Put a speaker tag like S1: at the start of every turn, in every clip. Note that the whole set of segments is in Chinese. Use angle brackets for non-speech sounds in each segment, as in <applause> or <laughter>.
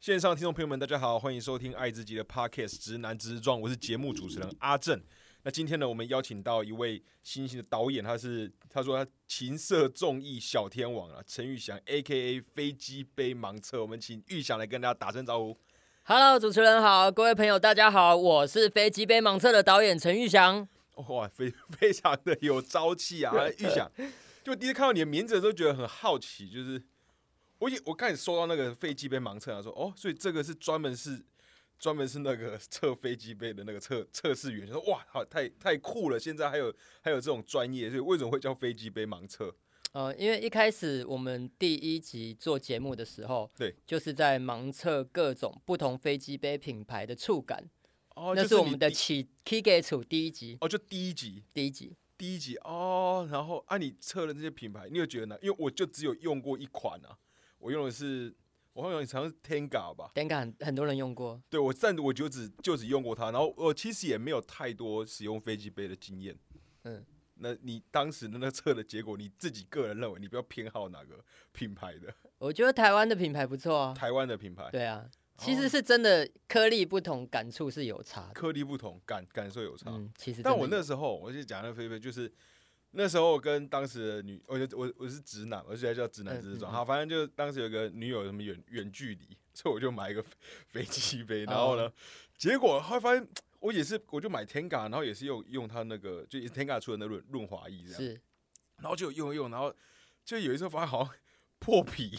S1: 线上的听众朋友们，大家好，欢迎收听爱自己的 Podcast《直男直撞》，我是节目主持人阿正。那今天呢，我们邀请到一位新兴的导演，他是他说他情色综艺小天王啊，陈玉祥 A K A 飞机杯盲测。我们请玉祥来跟大家打声招呼。
S2: Hello，主持人好，各位朋友大家好，我是飞机杯盲测的导演陈玉祥。
S1: 哇，非 <laughs> 非常的有朝气
S2: <laughs>
S1: 啊！玉祥，就第一次看到你的名字的时候，觉得很好奇，就是我也我看你收到那个飞机杯盲测，他说哦，所以这个是专门是专门是那个测飞机杯的那个测 <laughs> 测试员，就说哇，好太太酷了！现在还有还有这种专业，所以为什么会叫飞机杯盲测？
S2: 呃，因为一开始我们第一集做节目的时候，
S1: 对，
S2: 就是在盲测各种不同飞机杯品牌的触感，
S1: 哦
S2: 那是我们的
S1: 你第
S2: 起 key g a t 第一集，
S1: 哦，就第一集
S2: 第一集。
S1: 第一集哦，然后啊，你测了这些品牌，你有觉得哪？因为我就只有用过一款啊，我用的是我好像好像是 Tenga 吧。
S2: 等感很多人用过，
S1: 对我暂我就只就只用过它，然后我其实也没有太多使用飞机杯的经验。
S2: 嗯，
S1: 那你当时的那测的结果，你自己个人认为你比较偏好哪个品牌的？
S2: 我觉得台湾的品牌不错啊。
S1: 台湾的哦品牌，
S2: 对啊，其实是真的颗粒不同，感触是有差的。
S1: 颗粒不同，感感受有差。
S2: 嗯，其实真
S1: 但
S2: 的
S1: 我
S2: 有
S1: 那时候，我就讲那菲菲，就是那时候跟当时的女，我就我我是直男，我现在叫直男
S2: 嗯
S1: 直
S2: 嗯
S1: 撞。
S2: 嗯
S1: 好，反正就当时有个女友什么远远距离，所以我就买一个飞飞 <laughs> 机杯，然后呢，
S2: 哦
S1: 结果后来发现我也是，我就买 Tenga，然后也是用用它那个，就也是 Tenga 出的那润润滑液这样，
S2: 是
S1: 然后就用一用，然后就有一次发现好像破皮，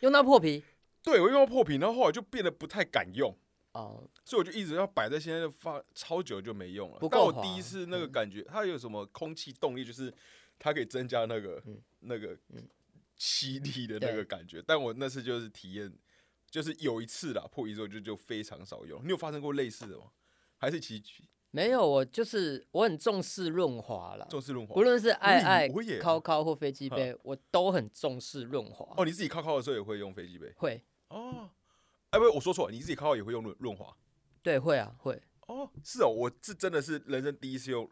S2: 用到破皮
S1: 对我用到破皮，然后后来就变得不太敢用。
S2: 哦，
S1: 所以我就一直要摆在现在就放超久就没用了。
S2: 不
S1: 但
S2: 够
S1: 我
S2: 滑嗯
S1: 第一次那个感觉，它有什么空气动力，就是它可以增加那个、
S2: 嗯
S1: 那个
S2: 嗯
S1: 吸力的那个
S2: 对
S1: 感觉。但我那次就是体验，就是有一次啦，破一之后就就非常少用。你有发生过类似的吗？还是其
S2: 没有，我就是我很重视润滑啦。
S1: 重视润滑
S2: 无？论是爱爱
S1: 我也、
S2: 靠靠或飞机杯，我都很重视润滑。
S1: 哦，你自己靠靠的时候也会用飞机杯
S2: 会，
S1: 哦？哎，不，我说错了，你自己靠靠也会用润润滑
S2: 对，会啊，会。
S1: 哦？是哦，我是真的是人生第一次用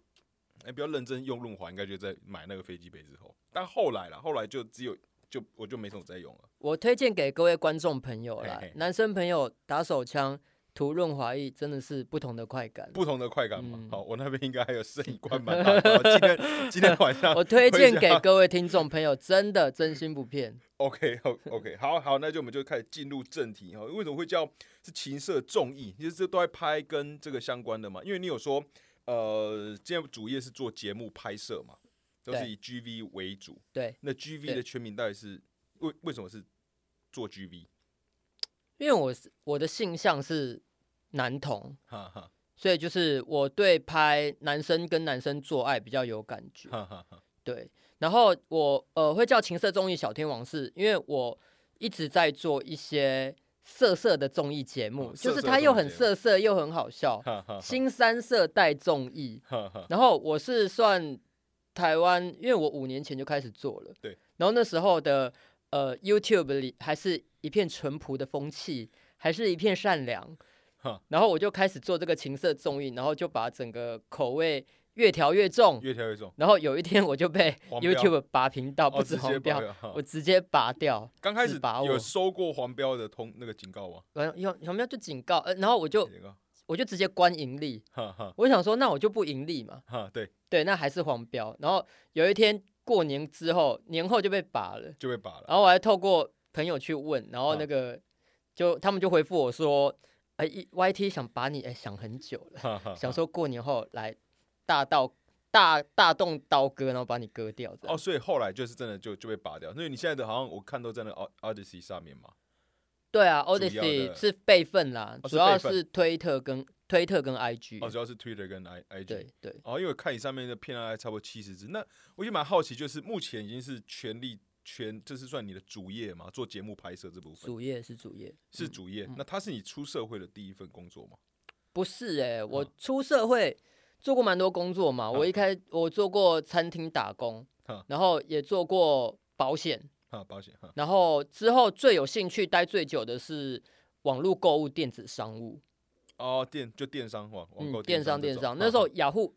S1: 哎、比较认真用润滑，应该就在买那个飞机杯之后。但后来啦，后来就只有就我就没什么再用了。
S2: 我推荐给各位观众朋友啦，
S1: 嘿嘿
S2: 男生朋友打手枪涂润滑液真的是不同的快感。
S1: 不同的快感嘛，
S2: 嗯
S1: 好，我那边应该还有剩一罐满大包。今天今天晚上 <laughs>
S2: 我推荐
S1: 回
S2: 给
S1: 家
S2: 各位听众朋友，真的真心不骗。
S1: OK o OK，好好，那就我们就开始进入正题哈。为什么会叫是情色综艺？其实这都在拍跟这个相关的嘛，因为你有说呃，今天主业是做节目拍摄嘛，都是
S2: 对
S1: 以 GV 为主。
S2: 对，
S1: 那 GV
S2: 对
S1: 的全名到底是为为什么是做 GV？
S2: 因为我是我的性向是男同，
S1: 哈哈
S2: 所以就是我对拍男生跟男生做爱比较有感觉。
S1: 哈哈哈，
S2: 对，然后我呃会叫情色综艺小天王是，因为我一直在做一些色色的综艺节目，
S1: 嗯色
S2: 就是
S1: 色
S2: 它
S1: 综
S2: 又
S1: 艺
S2: 很
S1: 节目
S2: 色色又很好笑，
S1: 哈哈哈啊
S2: 新三色带综艺。
S1: 哈哈，
S2: 然后我是算台湾，因为我五年前就开始做了，
S1: 对，
S2: 然后那时候的呃 YouTube 里还是一片淳朴的风气，还是一片善良
S1: 哈。
S2: 然后我就开始做这个情色综艺，然后就把整个口味越调越重，
S1: 越跳越重，
S2: 然后有一天我就被
S1: 黄标
S2: YouTube 拔频道，
S1: 哦，
S2: 啊不
S1: 直接
S2: 止红
S1: 拔
S2: 标，
S1: 掉。哈
S2: 我直接拔掉。
S1: 刚开始
S2: 自拔
S1: 有
S2: 我
S1: 收过黄标的通那个警告吗？
S2: 完有有没有就警告，呃，然后我就
S1: 警告，
S2: 我就直接关盈利。
S1: 哈哈
S2: 我想说，那我就不盈利嘛，
S1: 哈，对，
S2: 对，那还是黄标。然后有一天过年之后，年后就被拔了。
S1: 就被拔了。
S2: 然后我还透过朋友去问，然后
S1: 嗯
S2: 那个就他们就回复我说，哎、一 y t 想把你哎、想很久了，
S1: 哈哈，
S2: 想
S1: 哈
S2: 说过年后来大刀大大动刀割，然后把你割掉这样。
S1: 哦，所以后来就是真的就就被拔掉。所以你现在的好像我看都在那个 Od- Odyssey 上面嘛。
S2: 对啊
S1: 主要的
S2: ，Odyssey 是备份啦，
S1: 哦是
S2: 主要
S1: 备份
S2: 是推特跟推特跟
S1: 哦，
S2: IG，
S1: 主要是 Twitter 跟 I I G。
S2: 对对，
S1: 哦，因为我看你上面的片量差不多七十支，那我就蛮好奇，就是目前已经是全力全，这是算你的主业嘛？做节目拍摄这部分
S2: 主页是主页，
S1: 是
S2: 嗯
S1: 主业。那它是你出社会的第一份工作吗？
S2: 不是哎、我
S1: 嗯
S2: 出社会做过蛮多工作嘛，我一
S1: 嗯
S2: 开我做过餐厅打工
S1: 嗯，
S2: 然后也做过保险，
S1: 哈，保险哈。
S2: 然后之后最有兴趣待最久的是网络购物、电子商务，嗯
S1: 哦，电就电商网网购
S2: 电
S1: 商
S2: 电
S1: 这种嗯
S2: 商。那时候雅虎、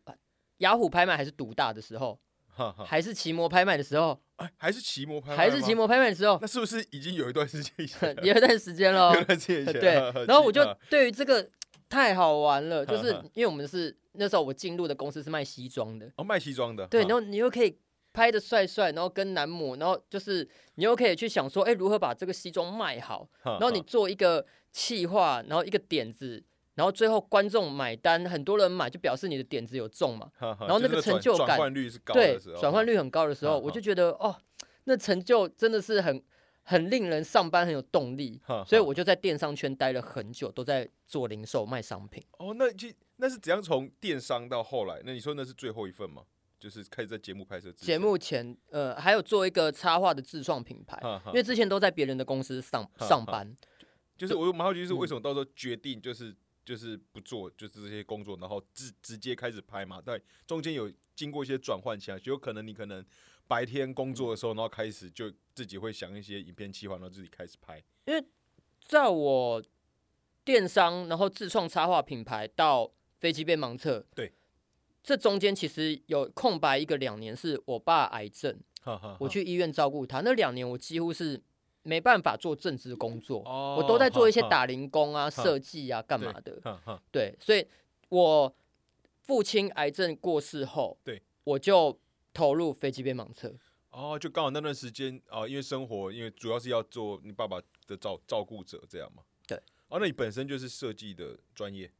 S2: 雅虎拍卖还是独大的时候，
S1: 哈哈，
S2: 还是奇摩拍卖的时候，
S1: 哎还是奇嗯摩拍卖
S2: 还是
S1: 吗
S2: 奇？摩拍卖的
S1: <laughs>
S2: 时候，
S1: 那是不是已经有一段时间以前了？
S2: 也有一段时间
S1: <laughs>
S2: 了
S1: 有一。段时间以前了。
S2: <laughs> 对
S1: 呵呵，
S2: 然后我
S1: 记
S2: 就
S1: 得
S2: 对于这个太好玩了，就是因为我们是那时候我进入的公司是卖西装的，
S1: 哦卖西装的，
S2: 对，
S1: 哈
S2: 然后你又可以拍的帅帅，然后跟男模，然后就是你又可以去想说，哎，如何把这个西装卖好，
S1: 哈
S2: 然后你
S1: 哈
S2: 做一个企划，然后一个点子，然后最后观众买单，很多人买就表示你的点子有中嘛，
S1: 哈哈
S2: 然后
S1: 就是
S2: 那个成
S1: 转
S2: 就
S1: 转
S2: 感
S1: 换率是高
S2: 对
S1: 的时候，，
S2: 转换率很高的时候，
S1: 好
S2: 我
S1: 好
S2: 就觉得哦，那成就真的是很很令人上班很有动力，
S1: 哈，
S2: 所以
S1: 哈
S2: 我就在电商圈待了很久，都在做零售卖商品。
S1: 哦，那就那是怎样从电商到后来？那你说那是最后一份吗？就是开始在节目拍摄之前
S2: 节，目前，呃，还有做一个插画的自创品牌，
S1: 哈哈
S2: 因为之前都在别人的公司上
S1: 哈
S2: 上班，
S1: 就是我蛮好奇，就是
S2: 嗯
S1: 为什么到时候决定就是就是不做就是这些工作，然后直直接开始拍嘛？但中间有经过一些转换起来，有可能你可能白天工作的
S2: 嗯
S1: 时候，然后开始就自己会想一些影片计划，然后自己开始拍。
S2: 在我电商，然后自创插画品牌到飞机变盲测，
S1: 对，
S2: 这中间其实有空白一个两年，是我爸癌症，
S1: 哈哈
S2: 我去医院照顾他，那两年我几乎是没办法做正职工作，
S1: 哦
S2: 我都在做一些
S1: 哈哈
S2: 打零工啊、
S1: 哈
S2: 设计啊、干嘛的。
S1: 哈哈
S2: 对，所以我父亲癌症过世后，
S1: 对，
S2: 我就投入飞机边盲测。
S1: 哦，就刚好那段时间啊、因为生活，因为主要是要做你爸爸的照照顾者这样嘛。
S2: 对。
S1: 哦，那你本身就是设计的专业。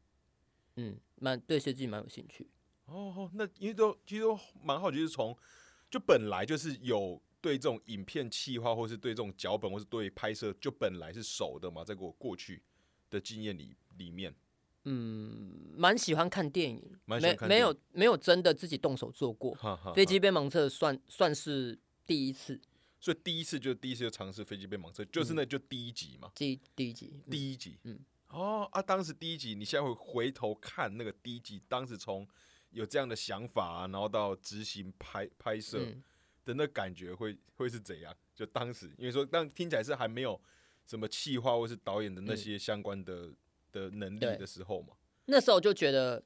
S2: 嗯，蛮对设计蛮有兴趣。
S1: 哦，哦那因为都其实都蛮好奇，就是从就本来就是有对这种影片企划，或是对这种脚本，或是对拍摄，就本来是熟的嘛，在我过去的经验里里面，
S2: 嗯，蛮喜欢看电影，
S1: 蛮喜
S2: 没
S1: 欢看
S2: 没
S1: 电
S2: 有没有真的自己动手做过。
S1: 哈哈
S2: 飞
S1: 哈
S2: 机边盲测算算是第一次，
S1: 所以第一次就第一次就尝试飞机被盲车，就是那就第一集嘛，
S2: 第第一集。嗯
S1: 第一集，
S2: 嗯，
S1: 哦啊，当时第一集，你现在会回头看那个第一集，当时从有这样的想法啊、然后到执行拍拍摄，
S2: 嗯，
S1: 的那感觉会会是怎样？就当时因为说，但听起来是还没有什么企划或是导演的那
S2: 嗯
S1: 些相关的、的能力
S2: 对
S1: 的时候嘛，
S2: 那时候就觉得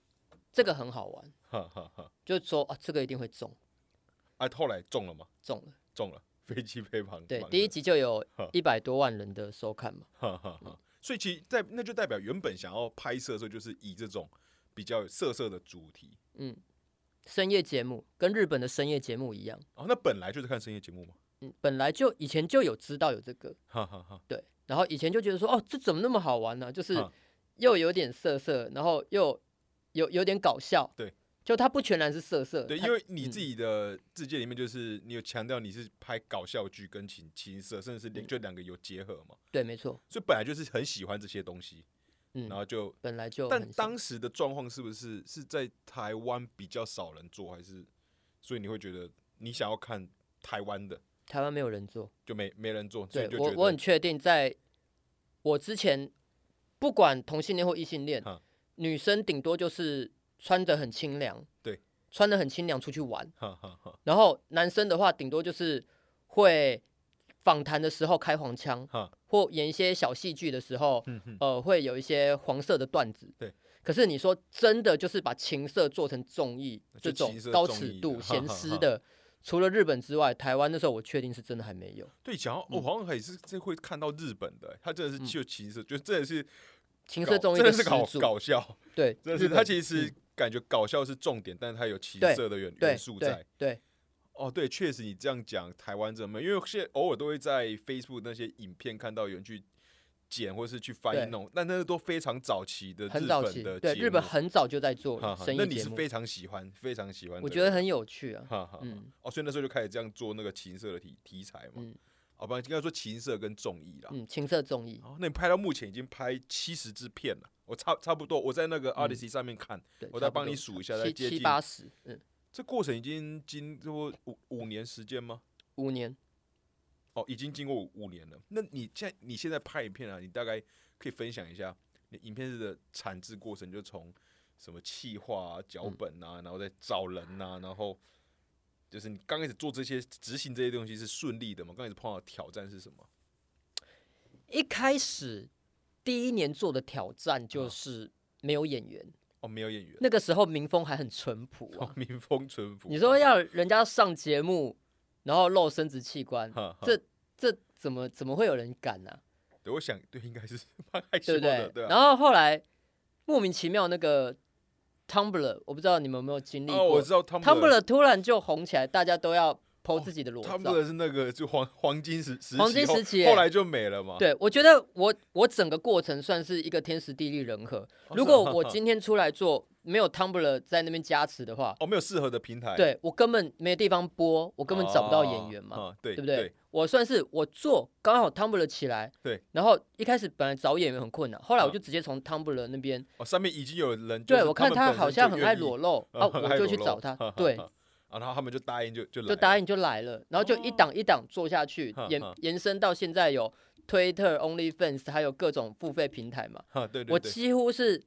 S2: 这个很好玩，
S1: 哈哈哈。
S2: 就说啊，这个一定会中
S1: 啊，后来中了嘛，
S2: 中了。中了。
S1: 飞机
S2: <laughs>
S1: 飞旁
S2: 对，第一，集就
S1: <laughs>
S2: 有
S1: 哈
S2: 一百多万人的收看嘛。
S1: 哈哈哈。所以其实在那就代表原本想要拍摄的时候，就是以这种比较色色的主题。
S2: 嗯，深夜节目跟日本的深夜节目一样，
S1: 哦，那本来就是看深夜节目嘛，
S2: 嗯，本来就以前就有知道有这个，
S1: 哈哈哈。
S2: 对，然后以前就觉得说，哦，这怎么那么好玩呢、就是
S1: 哈
S2: 又有点色色，然后又有有点搞笑，
S1: 对，
S2: 就它不全然是色色，
S1: 对，
S2: 它
S1: 因为你自己的自荐里面，就是你有强调你是拍搞笑剧跟情情色，甚至是
S2: 嗯
S1: 连就两个有结合嘛，
S2: 对，没错，
S1: 所以本来就是很喜欢这些东西。然，
S2: 嗯
S1: 后就，
S2: 本来就
S1: 但
S2: 很喜
S1: 当时的状况是不是是在台湾比较少人做，还是所以你会觉得你想要看台湾的
S2: 台湾没有人做，
S1: 就没没人做，所以
S2: 对
S1: 就
S2: 我
S1: 觉
S2: 我
S1: 得
S2: 很确定，在我之前不管同性恋或异性恋
S1: 哈，
S2: 女生顶多就是穿的很清凉，
S1: 对，
S2: 穿的很清凉出去玩。
S1: 哈哈哈
S2: 然后男生的话，顶多就是会访谈的时候开黄腔，
S1: 哈，
S2: 或演一些小戏剧的时候，
S1: 嗯哼，
S2: 呃，会有一些黄色的段子。
S1: 对。
S2: 可是你说真的，就是把情色做成综艺这
S1: 就
S2: 种
S1: 情色
S2: 高
S1: 综
S2: 尺
S1: 艺
S2: 度、
S1: 的
S2: 咸
S1: 哈哈
S2: 湿
S1: 哈
S2: 的，除了日本之外，台湾那时候我确定是真的还没有。
S1: 对，想要
S2: 嗯
S1: 我好像还是这会看到日本的，欸他真的是就其实就真的是
S2: 情
S1: 搞
S2: 嗯色综艺
S1: 真的
S2: 始
S1: 是搞
S2: 祖，
S1: 搞笑，
S2: 对，
S1: 真的是
S2: 日
S1: 他
S2: 本
S1: 其实
S2: 嗯
S1: 感觉搞笑是重点，但是他有情
S2: 对
S1: 色的元
S2: 对
S1: 元素在
S2: 对。对，
S1: 哦，对，确实你这样讲，台湾真的没有，因为现在偶尔都会在 Facebook 那些影片看到有人去剪或是去翻译
S2: 对
S1: 那种，但那个都非常早期的
S2: 很
S1: 日
S2: 早
S1: 本
S2: 期
S1: 的，
S2: 对
S1: 节
S2: 日本
S1: 目
S2: 很早就在做
S1: 哈哈
S2: 生
S1: 那
S2: 意
S1: 你
S2: 节
S1: 是
S2: 目，
S1: 非常喜欢，非常喜欢的人，
S2: 我觉得很有趣啊。
S1: 哈哈哈
S2: 嗯
S1: 哦，所以那时候就开始这样做那个情色的题题材嘛，
S2: 嗯
S1: 哦，不然应该说情色跟综艺啦。
S2: 嗯，情色综艺，
S1: 哦，那你拍到目前已经拍七十支片了，我差差不多，我在
S2: 嗯
S1: 那个 Odyssey 上面看，
S2: 对，
S1: 我
S2: 差
S1: 再
S2: 不
S1: 帮
S2: 多
S1: 你数一下，再
S2: 七
S1: 接
S2: 七
S1: 近
S2: 八十，嗯，
S1: 这过程已经经过五五年时间吗？
S2: 五年。
S1: 哦，已经经过五五年了。那你现在你现在拍影片啊，你大概可以分享一下你影片的产制过程，就从什么企划啊、脚
S2: 嗯
S1: 本啊，然后再找人呐、然后就是你刚开始做这些执行这些东西是顺利的吗？刚开始碰到的挑战是什么？啊
S2: 一开始第一年做的挑战就是没有演员，
S1: 哦，没有演员，
S2: 那个时候民风还很淳朴
S1: 哦
S2: 啊。
S1: 民风淳朴。啊
S2: 你说要人家上节目，然后露生殖器官，
S1: 呵呵
S2: 这这怎么怎么会有人敢啊呢、
S1: 对，我想对，应该是 <laughs> 蛮害羞
S2: 对不
S1: 的，
S2: 对？
S1: 对
S2: 然
S1: 啊。
S2: 后后来莫名其妙那个 Tumblr，我不知道你们有没有经历
S1: 哦，
S2: 过、
S1: 我知道 Tumblr，Tumblr
S2: Tumblr 突然就红起来，大家都要 PO
S1: 哦
S2: 自己的裸照。
S1: 是那个就黄黄金时时期
S2: 黄金
S1: 后
S2: 时期
S1: 后
S2: 耶
S1: 来就没了嘛。
S2: 对，我觉得我我整个过程算是一个天时地利人和。
S1: 哦
S2: 如
S1: 是
S2: 果
S1: 啊
S2: 我今天出来做，没有 Tumblr 在那边加持的话，
S1: 哦，没有适合的平台，
S2: 对我根本没地方播，我根本找不到演员嘛，
S1: 哦，嗯对
S2: 对不对？？我算是我做刚好 Tumblr 起来，
S1: 对，
S2: 然后一开始本来找演员很困难，后来我
S1: 嗯
S2: 就直接从 Tumblr 那边，
S1: 哦，上面已经有人，
S2: 对我看
S1: 他
S2: 他好像很爱
S1: <laughs>
S2: 裸露
S1: 哦
S2: 啊，我就去找他，对，
S1: 啊，然后他们就答应就就来
S2: 就
S1: 了
S2: 答应就来了，然后就一
S1: 哦
S2: 档一档做下去
S1: <laughs> 哼，
S2: 延
S1: 哼
S2: 延伸到现在有 Twitter、OnlyFans，还有各种付费平台嘛。
S1: 啊，对对
S2: 我
S1: 对，
S2: 几乎是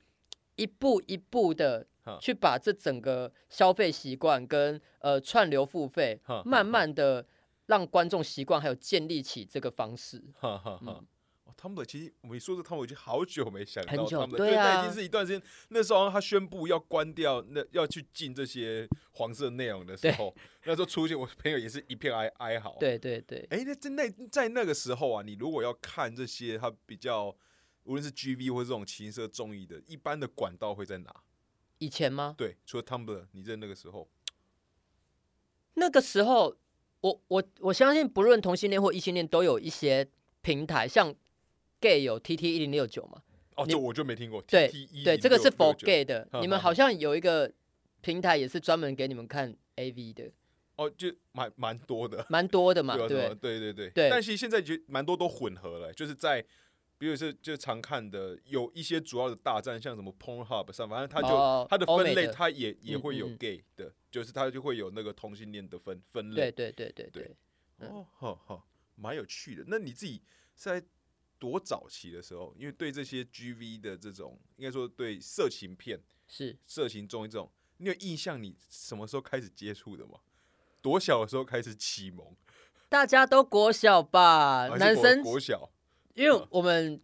S2: 一步一步的
S1: <laughs> 哼
S2: 去把这整个消费习惯跟呃串流付费
S1: 哼，哼
S2: 慢
S1: 哼
S2: 慢的让观众习惯，还有建立起这个方式。
S1: 哈哈哈
S2: 嗯。
S1: 哦汤姆，其实我们说这汤姆，已经好久没想到
S2: 很久
S1: 汤姆了
S2: 对
S1: 对，那
S2: 啊
S1: 已经是一段时间。那时候好像他宣布要关掉，那要去禁这些黄色内容的时
S2: 对
S1: 候，那时候出现我朋友也是一片哀哀嚎。，
S2: 对对对，
S1: 哎，那在那在那个时候啊，你如果要看这些他比较，无论是 GV 或这种情色综艺的，一般的管道会在哪？
S2: 以前吗？
S1: 对，除了 Tumblr，你在那个时候，
S2: 那个时候，我我我相信，不论同性恋或异性恋，都有一些平台，像 gay 有 TT 一零六九嘛。
S1: 哦，
S2: 你
S1: 这我就没听过。
S2: 对
S1: TT
S2: 对，这个是 for
S1: 1669
S2: gay 的。
S1: 哈
S2: 你们
S1: 哈
S2: 好
S1: 哈
S2: 像有一个平台也是专门给你们看 AV 的，
S1: 哦，就蛮蛮多的。
S2: 蛮多的嘛，
S1: 对啊
S2: 对
S1: 啊对对对
S2: 对
S1: 但其实现在觉得蛮多都混合了，就是在。比如是就常看的，有一些主要的大战，像什么 Pornhub 上，反正它就、
S2: 哦
S1: 它的
S2: 欧
S1: 分
S2: 美
S1: 类，
S2: 的
S1: 它也也
S2: 嗯
S1: 会有
S2: 嗯嗯
S1: gay 的，就是它就会有那个同性恋的分分
S2: 对
S1: 类。
S2: 对对对对。嗯
S1: 哦，好好，蛮有趣的。那你自己是在多早期的时候，因为对这些 GV 的这种，应该说对色情片、
S2: 是
S1: 色情综艺这种，你有印象你什么时候开始接触的吗？多小的时候开始启蒙？
S2: 大家都国小吧，
S1: 还是
S2: 啊男
S1: 国
S2: 生，
S1: 国嗯小
S2: 因为我们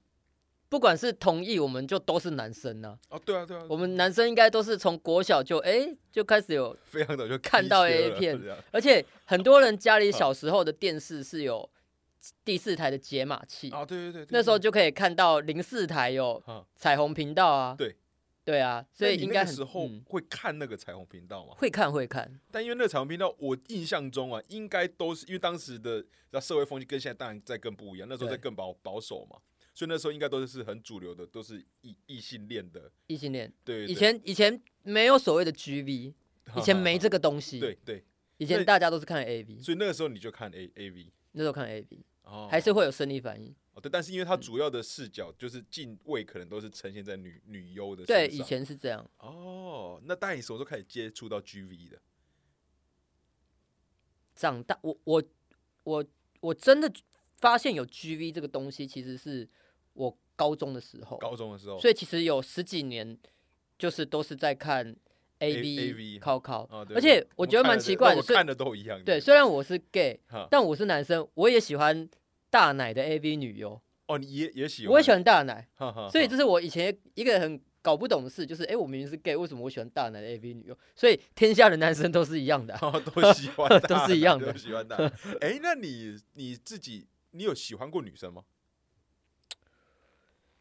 S2: 不管是同意，我们就都是男生呢、
S1: 哦，对啊对啊，
S2: 我们男生应该都是从国小就哎、就开始有，
S1: 非常早就
S2: 看
S1: 逼
S2: 到
S1: 切
S2: A
S1: 了
S2: 片
S1: 这样
S2: 而且很多人家
S1: 嗯
S2: 里小时候的电视是有第四台的解码器，
S1: 啊，对对对，对
S2: 那时候
S1: 对
S2: 就可以看到零四台有
S1: 啊，
S2: 彩虹频道啊。
S1: 对
S2: 对啊，所
S1: 那
S2: 以
S1: 你
S2: 应
S1: 那
S2: 该
S1: 个
S2: 很
S1: 时候
S2: 嗯
S1: 会看那个彩虹频道嘛？
S2: 会看会看，
S1: 但因为那个彩虹频道，我印象中啊，应该都是因为当时的那社会风气跟现在当然在更不一样，那时候在
S2: 对
S1: 更保保守嘛，所以那时候应该都是很主流的，都是异异性恋的，
S2: 异性恋。
S1: 对，对
S2: 以前以前没有所谓的 GV，
S1: <laughs>
S2: 以前没，这个东西。
S1: 对，对，那
S2: 以前大家都是看 AV，
S1: 所以那个时候你就看 A A V
S2: 那时候看 AV，
S1: 哦，
S2: 还是会有生理反应。
S1: 哦对，但是因为
S2: 嗯
S1: 它主要的视角就是敬畏，可能都是呈现在女女优的
S2: 对，
S1: 身
S2: 以
S1: 上
S2: 前是这样。
S1: 哦，那大概你什么时候开始接触到 G V 的？
S2: 长大，我我我我真的发现有 GV 这个东西，其实是我高中的时候，
S1: 高中的时候，
S2: 所以其实有十几年就是都是在看
S1: AV
S2: AV 考考
S1: 啊，，对对
S2: 而且
S1: 我
S2: 我
S1: 们
S2: 觉得
S1: 看
S2: 蛮
S1: 的
S2: 奇
S1: 都
S2: 怪
S1: 我
S2: 的，虽
S1: 看的都一样。
S2: 对，虽然我是 gay，
S1: 哈
S2: 但我是男生，我也喜欢大奶的 AV 女优，
S1: 哦，你也也喜欢，
S2: 我也喜欢大奶，
S1: 哈，哈
S2: 所以
S1: 啊哈
S2: 这是我以前一个很搞不懂的事，就是哎、诶我明明是 gay，为什么我喜欢大奶的 AV 女优？所以天下的男生都是一样
S1: <laughs>
S2: 的啊、
S1: 哦都喜欢大
S2: <laughs> 都
S1: 奶，
S2: 是一样的
S1: 都喜欢大奶。哎，那你你自己，你有喜欢过女生吗？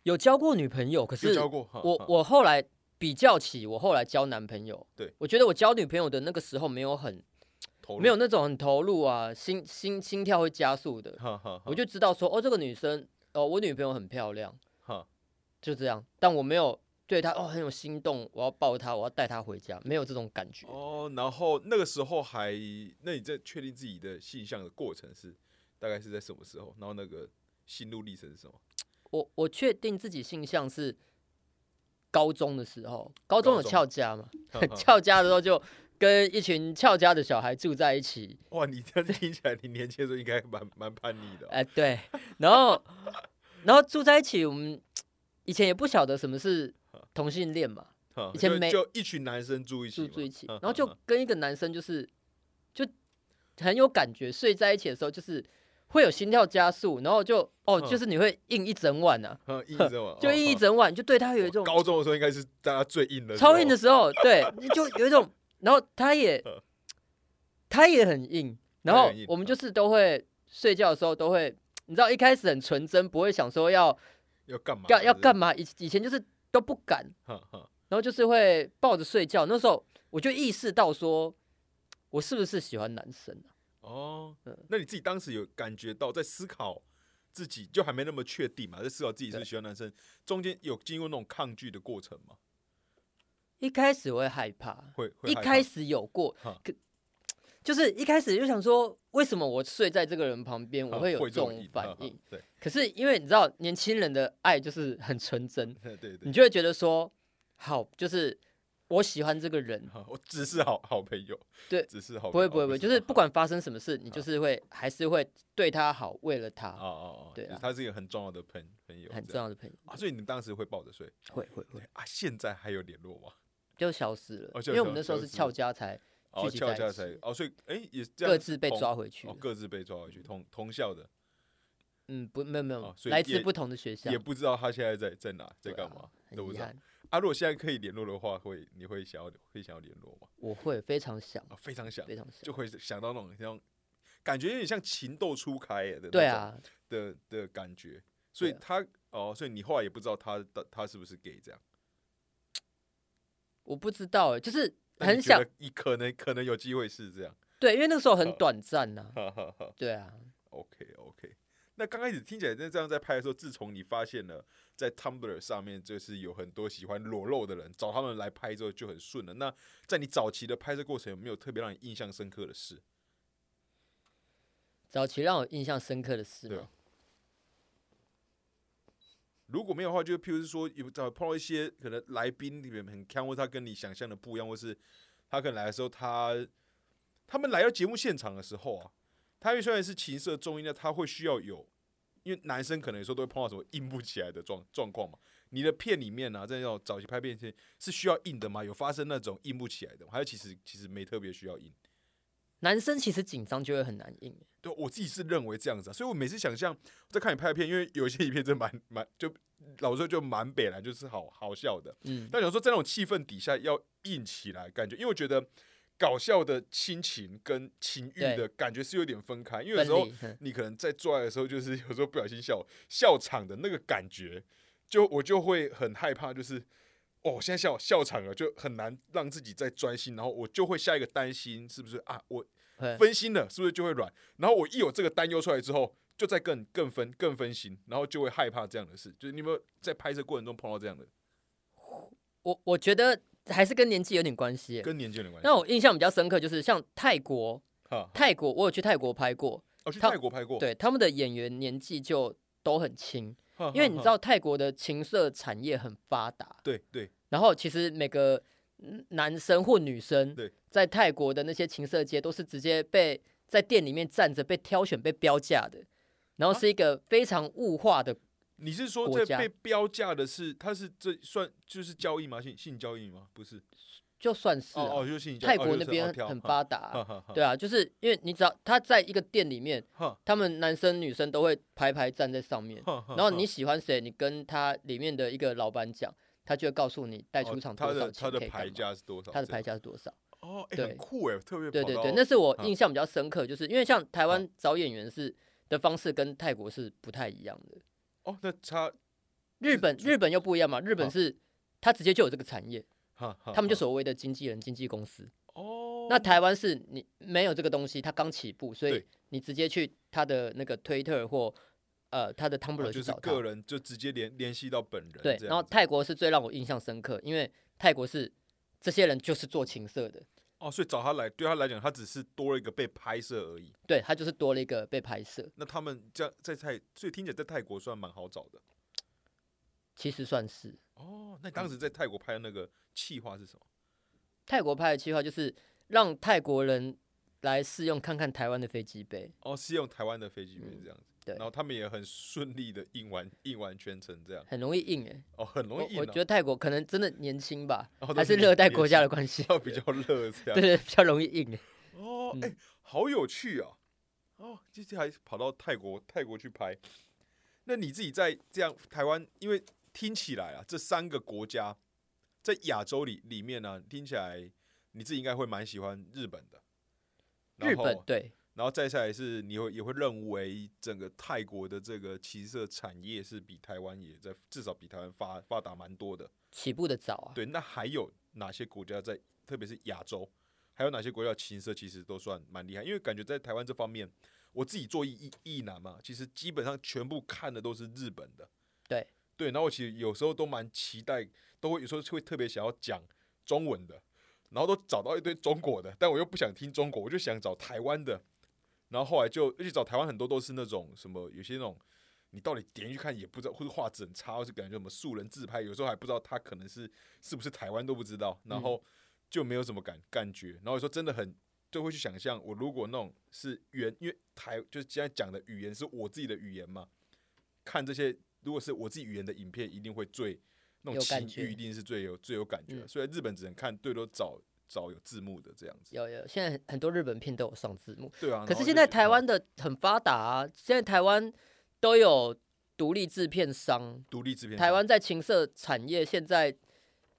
S2: 有交过女朋友，可
S1: 有
S2: 是
S1: 交过？哈
S2: 我
S1: 哈
S2: 我后来比较起，我后来交男朋友，
S1: 对
S2: 我觉得我交女朋友的那个时候没有很
S1: 投入
S2: 没有，那种很投入啊，心心心跳会加速的，
S1: 哈哈哈，
S2: 我就知道说哦，这个女生哦，我女朋友很漂亮，
S1: 哈
S2: 就这样，但我没有对她哦很有心动，我要抱她，我要带她回家，没有这种感觉。
S1: 哦，然后那个时候还，那你在确定自己的性向的过程是大概是在什么时候？然后那个心路历程是什
S2: <laughs>
S1: 么？
S2: 我我确定自己性向是高中的时候，高中
S1: 高
S2: 有
S1: 中嗯
S2: 翘家嘛，
S1: 哈
S2: <laughs>
S1: 哈
S2: 翘家的时候就跟一群翘家的小孩住在一起，
S1: 哇，你这样听起来，你年轻的时候应该蛮蛮叛逆的哦。
S2: 哎、对，然后然后住在一起，我们以前也不晓得什么是同性恋嘛，
S1: 哈
S2: 以前
S1: 就
S2: 没
S1: 就一群男生住一起嗯
S2: 住
S1: 嘛，
S2: 住一起，
S1: 哈
S2: 然后
S1: 哈
S2: 就
S1: 哈
S2: 跟一个男生就是就很有感觉，睡在一起的时候就是会有心跳加速，然后就哦，
S1: 嗯
S2: 就是你会硬一整晚啊，
S1: 嗯，硬着玩，
S2: 就硬一
S1: 哦
S2: 整晚，就对他有一
S1: 哦
S2: 种
S1: 高中的时候应该是大家最硬的时候，
S2: 超硬的时候，对，你就有一种，然后他也
S1: 嗯
S2: 他也很硬，然
S1: 他也
S2: 后
S1: 很硬
S2: 我们
S1: 嗯
S2: 就是都会睡觉的时候都会，你知道一开始很纯真，不会想说要
S1: 要干嘛？
S2: 干要干
S1: 嘛？
S2: 嘛，以以前就是都不敢，
S1: 哼哼
S2: 然后就是会抱着睡觉。那时候我就意识到说，我是不是喜欢男生啊、
S1: 哦
S2: 嗯，
S1: 那你自己当时有感觉到在思考自己，就还没那么确定嘛，在思考自己是喜欢男生，中间有经过那种抗拒的过程吗？
S2: 一开始我会害怕，
S1: 会会
S2: 一
S1: 害
S2: 开
S1: 怕
S2: 始有过
S1: 哈，
S2: 可就是一开始就想说，为什么我睡在这个人旁边，我
S1: 嗯
S2: 会有
S1: 会
S2: 这
S1: 这种
S2: 种
S1: 硬
S2: 反
S1: 哼哼
S2: 应？
S1: 对 <laughs>
S2: 可是因为你知道，年轻人的爱就是很纯真，
S1: 对对
S2: 你
S1: 对，
S2: 就会觉得说，好，就是我喜欢这个人，
S1: 哼我只是好好朋友，
S2: 对
S1: 只是好
S2: 不
S1: 朋
S2: 会
S1: 友，
S2: 不会不会，就是不管发生什么事，你就是会还是会对他好，为了
S1: 哦
S2: 他，
S1: 哦哦，
S2: 对啊
S1: 就是他是一个很重要的朋朋友，
S2: 很
S1: 这
S2: 重
S1: 样
S2: 要的朋友，
S1: 啊，所以你们当时会抱着睡
S2: 会会会
S1: 啊？现在还有联络吗？
S2: 就消失了
S1: 哦，就
S2: 因为我们那时候
S1: 消
S2: 是
S1: 失
S2: 俏家才
S1: 哦，
S2: 聚集
S1: 翘
S2: 在
S1: 家
S2: 一
S1: 才
S2: 起
S1: 哦，所以哎、也这样
S2: 各
S1: 是
S2: 自被
S1: 同
S2: 抓回去
S1: 哦，
S2: 的，
S1: 各自被抓回去，同同校的
S2: 嗯，不没有没有
S1: 哦，所以
S2: 来自
S1: 也
S2: 不同的学校
S1: 也，不知道他现在在在哪，在
S2: 对啊
S1: 干嘛，都
S2: 很
S1: 不
S2: 遗
S1: 知道
S2: 憾，
S1: 啊。如果现在可以联络的话，会你会想要会想要联络吗？
S2: 我会非常想
S1: 啊，非常想，
S2: 非常想，
S1: 就会想到那种像感觉有点像情窦初开耶的那
S2: 对
S1: 种
S2: 啊，
S1: 的的感觉，所以
S2: 对啊
S1: 他、哦，所以你后来也不知道他他他是不是 gay 这样，
S2: 我不知道哎，就是
S1: 但你
S2: 很
S1: 觉得
S2: 想
S1: 你可能可能有机会是这样，
S2: 对，因为那个时候很
S1: 呃
S2: 短暂呐，
S1: 哈哈哈。
S2: 对啊，
S1: OK OK，那刚开始听起来，那这样在拍的时候，自从你发现了在 Tumblr 上面就是有很多喜欢裸露的人，找他们来拍之后就很顺了。那在你早期的拍摄过程，有没有特别让你印象深刻的事？
S2: 早期让我印象深刻的事
S1: 对
S2: 嘛
S1: 啊，如果没有的话，就譬如是说有找碰到一些可能来宾里面很看或他跟你想象的不一样，或是他可能来的时候他他们来到节目现场的时候啊，他因为虽然是情色综艺呢，他会需要有，因为男生可能有时候都会碰到什么硬不起来的状状况嘛。你的片里面啊，在那种早期拍片前是需要硬的吗？有发生那种硬不起来的吗？还是其实其实没特别需要硬？
S2: 男生其实紧张就会很难应，
S1: 对我自己是认为这样子、啊，所以我每次想象在看你拍的片，因为有一些影片真的蛮蛮就老实说就蛮北蓝，就是好好笑的。
S2: 嗯，
S1: 但想说在那种气氛底下要硬起来，感觉因为我觉得搞笑的亲情跟情欲
S2: 对
S1: 的感觉是有点分开，因为有
S2: 分
S1: 时候
S2: 离，哼
S1: 你可能在做爱的时候，就是有时候不小心笑笑场的那个感觉，就我就会很害怕，就是哦，现在笑笑场了，就很难让自己再专心，然后我就会下一个担心是不是啊，我
S2: 会
S1: 分心了，是不是就会软？然后我一有这个担忧出来之后，就再更更分更分心，然后就会害怕这样的事。就是你有没有在拍摄过程中碰到这样的，
S2: 我我觉得还是跟年纪有点关系耶。欸
S1: 跟年纪有关系？
S2: 那我印象比较深刻就是像泰国，
S1: 哈，
S2: 泰国我有去泰国拍过，
S1: 我去
S2: 他
S1: 泰国拍过，
S2: 对他们的演员年纪就都很轻，
S1: 哈，
S2: 因为你
S1: 哈
S2: 知，道泰国的情色产业很发达，
S1: 对对，
S2: 然后其实每个嗯男生或女生
S1: 对
S2: 在泰国的那些情色街都是直接被在店里面站着被挑选被标价的，然
S1: 啊
S2: 后是一个非常物化的
S1: 你是说
S2: 国
S1: 在
S2: 家
S1: 被标价的是，他是这算就是交易吗？性性交易吗？不是，
S2: 就算是、啊
S1: 哦哦，就是性交易
S2: 泰
S1: 哦
S2: 国
S1: 就
S2: 那
S1: 是哦
S2: 边
S1: 挑
S2: 很
S1: 哈
S2: 发达啊、
S1: 哈哈哈
S2: 对啊，就是因为你只要他在一个店里面，
S1: 哈
S2: 他们男生女生都会排排站在上面，
S1: 哈哈
S2: 然后
S1: 哈
S2: 你喜欢谁，你跟他里面的一个老板讲，他就会告诉你带
S1: 哦
S2: 出场
S1: 他
S2: 多少
S1: 的他
S2: 钱
S1: 的
S2: 可以
S1: 牌
S2: 干嘛，
S1: 价是多少？
S2: 他的
S1: 这
S2: 牌
S1: 样
S2: 价是多少？
S1: 哦，哎，
S2: 对
S1: 很酷哎，特别
S2: 对
S1: 跑
S2: 对
S1: 到
S2: 对，那是我
S1: 嗯
S2: 印象比较深刻，就是因为像台湾找演员是的方式跟泰国是不太一样的，
S1: 哦，那他
S2: 日本
S1: 就
S2: 日本又不一样嘛，日本
S1: 啊
S2: 是他直接就有这个产业，
S1: 哈哈
S2: 他们就
S1: 哈
S2: 所谓的经纪人、经纪公司。
S1: 哦，
S2: 那台湾是你没有这个东西，它刚起步，所以
S1: 对
S2: 你直接去他的那个推特或呃他的 Tumblr
S1: 哦
S2: 去
S1: 就是
S2: 找他。
S1: 个人就直接联联系到本人
S2: 对，
S1: 这
S2: 然后
S1: 样子
S2: 泰国是最让我印象深刻，因为泰国是这些人就是做情色的，
S1: 哦，所以找他来对他来讲，他只是多了一个被拍摄而已。
S2: 对他就是多了一个被拍摄，
S1: 那他们这样在泰，所以听起来在泰国算蛮好找的
S2: 其实算是
S1: 哦。那你当时在泰国拍的那个企划是什么？
S2: 泰国拍的计划，就是让泰国人来试用看看台湾的飞机杯。
S1: 哦，是用台湾的飞机杯
S2: 嗯
S1: 这样子，
S2: 对
S1: 然后他们也很顺利的印完印完全程这样，
S2: 很容易硬诶、
S1: 哦，很容
S2: 我
S1: 易印、啊
S2: 我觉得泰国可能真的年轻吧，
S1: 哦都
S2: 还
S1: 是
S2: 是热带
S1: 年
S2: 国家
S1: 轻
S2: 的
S1: <laughs>
S2: 关系，
S1: 要比较热这
S2: <laughs> 对
S1: 样。 <laughs>
S2: 对，比较容易硬、欸。
S1: 哦，
S2: 嗯
S1: 哎、好有趣啊！啊、哦，这次还跑到泰国泰国去拍。那你自己在这样台湾，因为听起来啊，这三个国家在亚洲里里面呢、啊，听起来你自己应该会蛮喜欢日本的。然
S2: 欸日本
S1: 后
S2: 对，
S1: 然后再下来是你会也会认为整个泰国的这个骑射产业是比台湾也在至少比台湾发发达蛮多的。
S2: 起步的早啊。
S1: 对，那还有哪些国家在，特别是亚洲，还有哪些国家的骑射其实都算蛮厉害？因为感觉在台湾这方面，我自己做意意男嘛，其实基本上全部看的都是日本的。
S2: 对
S1: 对，然后我其实有时候都蛮期待，都会有时候会特别想要讲中文的，然后都找到一堆中国的，但我又不想听中国，我就想找台湾的。然后后来就，而且找台湾很多都是那种什么，有些那种你到底点进去看也不知道，或者画质很差，或是感觉什么素人自拍，有时候还不知道他可能是是不是台湾都不知道，然后
S2: 嗯
S1: 就没有什么感感觉。然后有时候真的很就会去想象，我如果那种是原，因为台就是现在讲的语言是我自己的语言嘛，看这些如果是我自己语言的影片，一定会最那
S2: 有
S1: 种
S2: 感
S1: 情欲
S2: 觉
S1: 一定是最有最有感觉的。
S2: 嗯
S1: 所以日本只能看最多找找有字幕的这样子。
S2: 有有，现在很很多日本片都有上字幕，
S1: 对啊，然
S2: 可是
S1: 后
S2: 现
S1: 就
S2: 在
S1: 觉得
S2: 台
S1: 嗯
S2: 湾的很发达、啊，现在台湾都有独立制片商，
S1: 独立制片
S2: 台
S1: 厂
S2: 湾在情色产业现在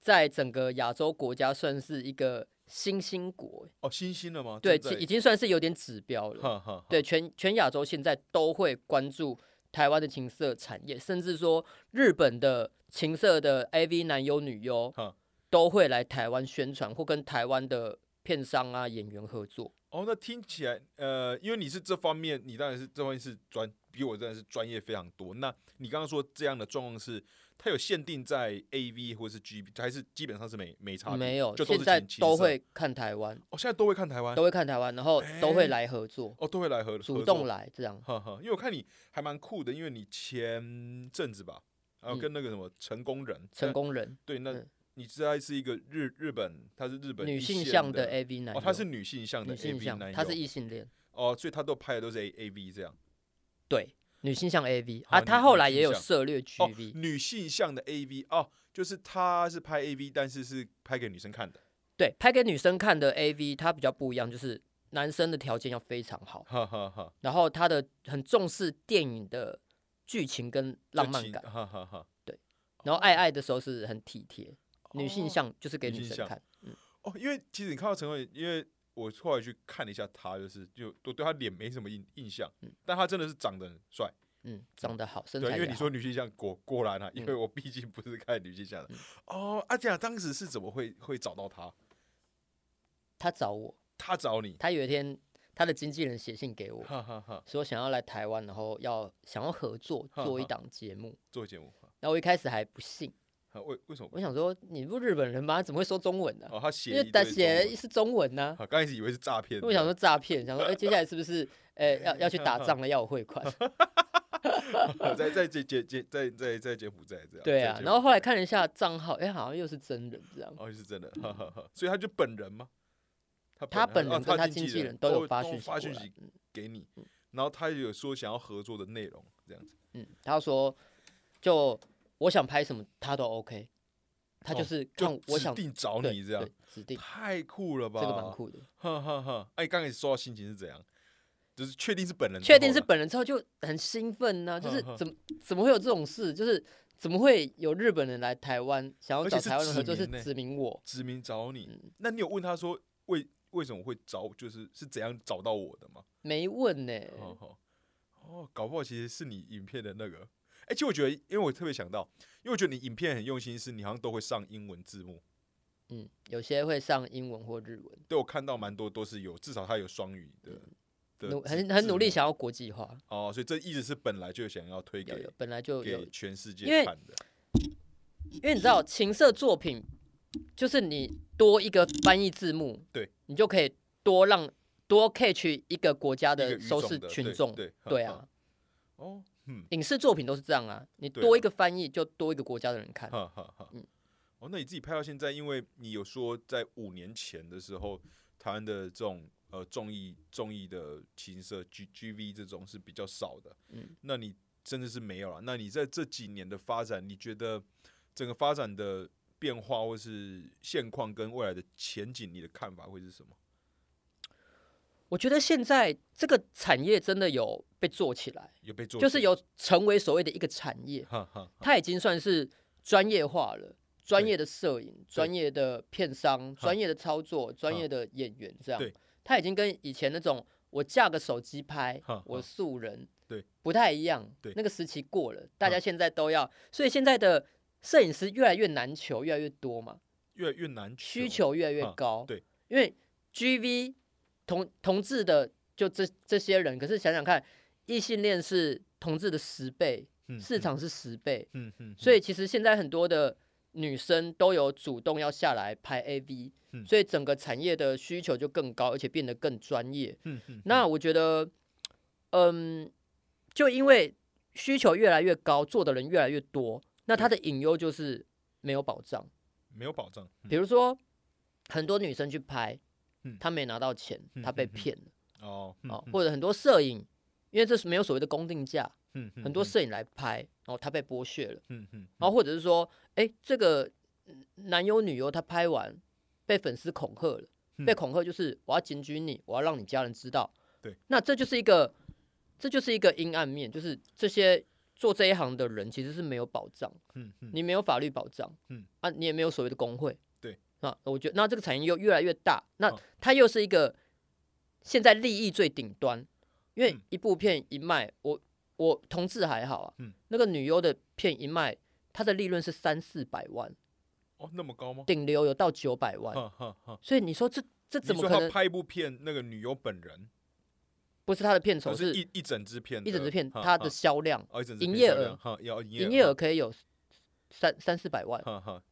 S2: 在整个亚洲国家算是一个新兴国，
S1: 哦新兴了吗？
S2: 对，
S1: 正在
S2: 已经算是有点指标了。
S1: 哈哈，
S2: 对，全全亚洲现在都会关注台湾的情色产业，甚至说日本的情色的 AV 男优女优
S1: 哈
S2: 都会来台湾宣传，或跟台湾的片商啊演员合作。
S1: 哦，那听起来，呃，因为你是这方面，你当然是这方面是专，比我真的是专业非常多。那你刚刚说这样的状况是，它有限定在 A V 或是 G，B，还是基本上是没没差别？
S2: 没有，
S1: 就都
S2: 现
S1: 是
S2: 在
S1: 情情
S2: 都
S1: 色
S2: 会看台湾，
S1: 哦，现在都会看台湾
S2: 都，会看台湾，然后都
S1: 哎
S2: 会来合作，
S1: 哦，都会来合
S2: 主动
S1: 了，
S2: 来这样。
S1: 呵呵。因为我看你还蛮酷的，因为你前阵子吧，呃，
S2: 嗯
S1: 跟那个什么成功人，
S2: 成
S1: 呃
S2: 功人，
S1: 对，那
S2: 嗯
S1: 你知道是一个日日本，他是日本
S2: 女
S1: 一
S2: 性
S1: 线
S2: 向
S1: 的
S2: 的 AV 男
S1: 哦
S2: 优，，
S1: 他是女性向的
S2: 女
S1: A
S2: 性
S1: V
S2: 向
S1: 男，
S2: 他是
S1: 优
S2: 异性恋，
S1: 哦，所以他都拍的都是 A A V 这样。
S2: 对，女性向 AV
S1: 好
S2: 啊，
S1: 哦女
S2: 他后
S1: 女
S2: 来
S1: 性
S2: 也有
S1: 向
S2: 涉猎
S1: 哦
S2: GV，，
S1: 女性向的 A V 哦，就是他是拍 A V，但是是拍给女生看的。
S2: 对，拍给女生看的 AV，它比较不一样，就是男生的条件要非常好，
S1: 哈哈哈，
S2: 然后它的很重视电影的剧情跟浪漫
S1: 就
S2: 感
S1: 情，哦哈哈哈。
S2: 然后爱爱的时候是很体贴，女性
S1: 哦
S2: 向就是给
S1: 女
S2: 女
S1: 性
S2: 生
S1: 向
S2: 看，
S1: 哦，因为其实你看到陈伟，因为我后来去看了一下他，就是就我对他脸没什么印印象，但他真的是长得很帅。
S2: 嗯，长得好，身
S1: 对，
S2: 材
S1: 因为
S2: 也
S1: 你
S2: 好。
S1: 说女性向果果然
S2: 嗯
S1: 啊，因为我毕竟不是看女性向的。哦，阿这样当时是怎么会会找到他？
S2: 他找我，
S1: 他找你？
S2: 他有一天他的经纪人写信给我，
S1: 哈哈哈，
S2: 说想要来台湾，然后要想要合作
S1: 哈
S2: 做一
S1: 哈
S2: 档节目，
S1: 做节目。哈
S2: 然后我一开始还不信，
S1: 哈为为什么不？
S2: 我想说你不日本人吗？怎么会说中文呢、
S1: 哦，他
S2: 啊因
S1: 写
S2: 为
S1: 一
S2: 他
S1: 堆
S2: 写
S1: 中文
S2: 是中文
S1: <laughs>
S2: 呢、
S1: 好，刚开始以为是诈骗。
S2: 因为我想说诈骗，想说哎、接下来是不是呃、要要去
S1: <laughs>
S2: 打仗了，要我汇款？
S1: 在在柬柬柬在在在柬埔寨这样。
S2: 对
S1: 在
S2: 啊
S1: 柬，
S2: 然后
S1: 埔
S2: 后来看了一下账号，哎、好像又是真人这样。
S1: 寨哦是真的，哈哈哈。所以他就本人吗？他
S2: 他本
S1: 哦
S2: 人
S1: 他
S2: 跟他
S1: 经
S2: 经纪人
S1: 人
S2: 都有
S1: 都
S2: 发
S1: 都
S2: 讯息
S1: 发
S2: 过
S1: 讯
S2: 来嗯
S1: 息给你，然后他有说想要合作的内容这样子。
S2: 嗯，他说就我想拍什么他都 OK，他
S1: 哦
S2: 就是看
S1: 就
S2: 我
S1: 指
S2: 想
S1: 定找
S2: 对
S1: 你这样
S2: 对，指定
S1: 太酷了吧？
S2: 这个蛮，酷的。
S1: 哈哈哈。哎，刚开始收到心情是怎样？就是确定是本人之后
S2: 确
S1: 啦，
S2: 定是本人之后就很兴奋
S1: <laughs>
S2: 呐、就是
S1: 呵呵
S2: 怎么怎么会有这种事？就是怎么会有日本人来台湾想要
S1: 而
S2: 找
S1: 且是
S2: 台湾人合作？
S1: 指
S2: 是
S1: 名呢
S2: 指明我，
S1: 指名找你。
S2: 嗯
S1: 那你有问他说为为什么会找，就是是怎样找到我的吗？
S2: 没问呢、
S1: 好好哦，搞不好其实是你影片的那个。哎、其实我觉得，因为我特别想到，因为我觉得你影片很用心，是你好像都会上英文字幕。
S2: 嗯，有些会上英文或日文，
S1: 对我看到蛮多都是有，至少它有双语的，的
S2: 嗯努
S1: 字
S2: 很很努力
S1: 字
S2: 想要国际化，
S1: 幕哦，所以这一直是本来就想要推
S2: 有
S1: 给
S2: 有本来就有
S1: 给，全世界
S2: 因为
S1: 看的。
S2: 因为你知道情色作品就是你多一个翻译字幕，
S1: 对，
S2: 你就可以多让多 catch 一个国家
S1: 一个
S2: 的
S1: 语
S2: 收
S1: 种
S2: 视
S1: 的
S2: 群
S1: 对
S2: 众，
S1: 对
S2: 对
S1: 呵呵
S2: 啊，
S1: 哦，嗯，
S2: 影视作品都是这样啊，你
S1: 对
S2: 多
S1: 啊
S2: 一个翻译就多一个国家的人看，
S1: 哈哈哈。
S2: 嗯
S1: 哦，那你自己拍到现在，因为你有说在五年前的时候，台湾的这种呃综艺综艺的情色 G G V 这种是比较少的，
S2: 嗯，
S1: 那你真的是没有了。那你在这几年的发展，你觉得整个发展的变化或是现况跟未来的前景，你的看法会是什么？
S2: 我觉得现在这个产业真的有被做起来，
S1: 有被做
S2: 就是有成为所谓的一个产业，
S1: 哈哈，
S2: 它已经算是专业化了。专业的摄影、专业的片商、专业的操作、专业的演员，这样
S1: 对，
S2: 它已经跟以前那种我架个手机拍
S1: 哈哈，
S2: 我素人，
S1: 对，
S2: 不太一样
S1: 对。
S2: 那个时期过了，大家现在都要，所以现在的摄影师越来越难求，越来越多嘛。
S1: 越来越难
S2: 需求越来越
S1: 啊
S2: 高。
S1: 对，
S2: 因为 GV 同同志的就这这些人，可是想想看，异性恋是同志的十倍，
S1: 嗯
S2: 市，场是十倍，
S1: 嗯嗯嗯，
S2: 所以其实现在很多的女生都有主动要下来拍 AV，、
S1: 嗯
S2: 所以整个产业的需求就更高，而且变得更专业。
S1: 嗯嗯，
S2: 那我觉得，嗯，就因为需求越来越高，做的人越来越多，那
S1: 嗯
S2: 它的隐忧就是没有保障。
S1: 没有保障，
S2: 比如说，很多女生去拍
S1: 嗯，
S2: 她没拿到钱，
S1: 嗯
S2: 她被
S1: 嗯嗯
S2: 骗了
S1: 哦
S2: 哦，或者很多摄影，因为这是没有所谓的公定价，很多，哦摄影来拍，然后她被剥削了，
S1: 嗯嗯，
S2: 然后或者是说，哎，这个嗯男优女优他拍完被粉丝恐吓了，被
S1: 嗯
S2: 恐吓就是我要检举你，我要让你家人知道，
S1: 对，
S2: 那这就是一个，这就是一个阴暗面，就是这些做这一行的人其实是没有保障。
S1: 嗯嗯，
S2: 你没有法律保障，
S1: 嗯
S2: 啊，你也没有所谓的工会，
S1: 对
S2: 啊，我觉得那这个产业又越来越大，那
S1: 哦
S2: 它又是一个现在利益最顶端，因为
S1: 嗯
S2: 一部片一卖，我我同志还好啊，
S1: 嗯
S2: 那个女优的片一卖，它的利润是三四百万，
S1: 哦那么高吗？
S2: 顶流有到九百万，
S1: 哈哈哈，
S2: 所以你说这这
S1: 嗯你
S2: 怎么
S1: 说
S2: 可
S1: 他
S2: 能
S1: 拍一部片，那个女优本人，
S2: 不是他的片酬
S1: 而是
S2: 一
S1: 一一整支片，
S2: 整支片它的销量
S1: 哦一整哈要
S2: 营
S1: 营
S2: 业额，可以有三三四百万，
S1: 哈哈，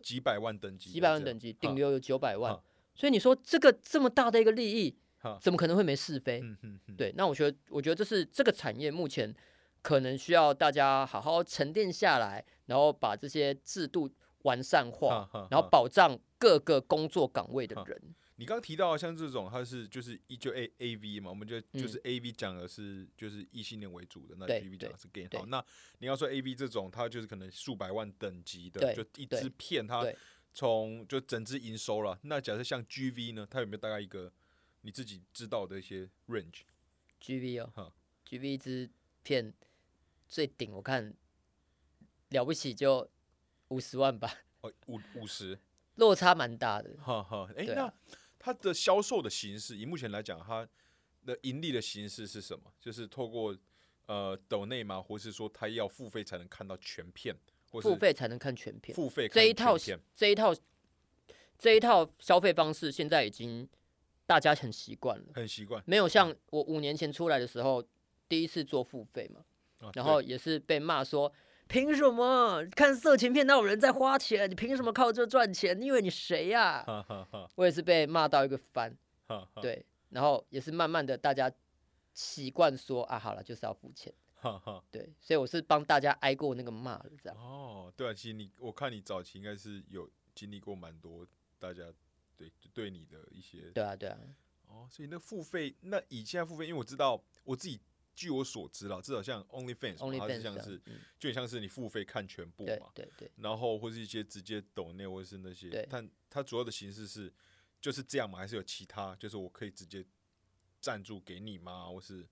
S1: 几百万等级，
S2: 几百万等级，顶流有九百万
S1: 啊，
S2: 所以你说这个这么大的一个利益
S1: 啊，
S2: 怎么可能会没是非？
S1: 嗯嗯嗯，
S2: 对，那我觉得，我觉得这是这个产业目前可能需要大家好好沉淀下来，然后把这些制度完善
S1: 哈
S2: 化，
S1: 哈，
S2: 然后保障各个工作岗位的
S1: 啊
S2: 人。
S1: 你刚刚提到像这种，它是就是一就 A A V 嘛，我们就
S2: 嗯
S1: 就是 A V 讲的是就是异性恋为主的，那
S2: 对
S1: G V 讲的是 gay。
S2: 对
S1: 好，那你要说 A V 这种，它就是可能数百万等级的，
S2: 对
S1: 就一
S2: 对
S1: 支片它
S2: 对
S1: 从就整支营收了。那假设像 G V 呢，它有没有大概一个你自己知道的一些 range？
S2: GV
S1: 哈
S2: 哦，GV 一支片最顶，我看了不起就五十万吧，
S1: 哦，五五十，
S2: 落差蛮大的。
S1: 哈哈。哎、
S2: 对
S1: 那
S2: 啊
S1: 它的销售的形式，以目前来讲，它的盈利的形式是什么？就是透过呃抖内嘛，或是说它要付费才能看到全片，或是
S2: 付费才能看全片，
S1: 付费
S2: 这
S1: 看
S2: 一套
S1: 全片
S2: 这一套这一套消费方式，现在已经大家很习惯了。
S1: 很习惯，
S2: 没有像我五年前出来的时候，第一次做付费嘛，
S1: 啊
S2: 嗯然后也是被骂说，凭什么看色情片哪有人在花钱？你凭什么靠这赚钱？你以为你谁呀、
S1: 对哈哈哈
S2: 我也是被骂到一个翻，
S1: 哈哈，
S2: 对，然后也是慢慢的大家习惯说啊，好了就是要付钱，
S1: 哈哈
S2: 对，所以我是帮大家挨过那个骂了，这样
S1: 哦，对啊，其实你我看你早期应该是有经历过蛮多大家对对你的一些
S2: 对啊对啊，
S1: 哦，所以那付费，那以现在付费，因为我知道我自己据我所知啦，至少像 OnlyFans，嘛
S2: Only
S1: 它是
S2: fans
S1: 像
S2: 啊
S1: 是
S2: 嗯
S1: 就很像是你付费看全部
S2: 对
S1: 嘛，
S2: 对对
S1: 然后或是一些直接抖内或是那些
S2: 对，
S1: 但它主要的形式是就是这样嘛，还是有其他，就是我可以直接赞助给你吗？或是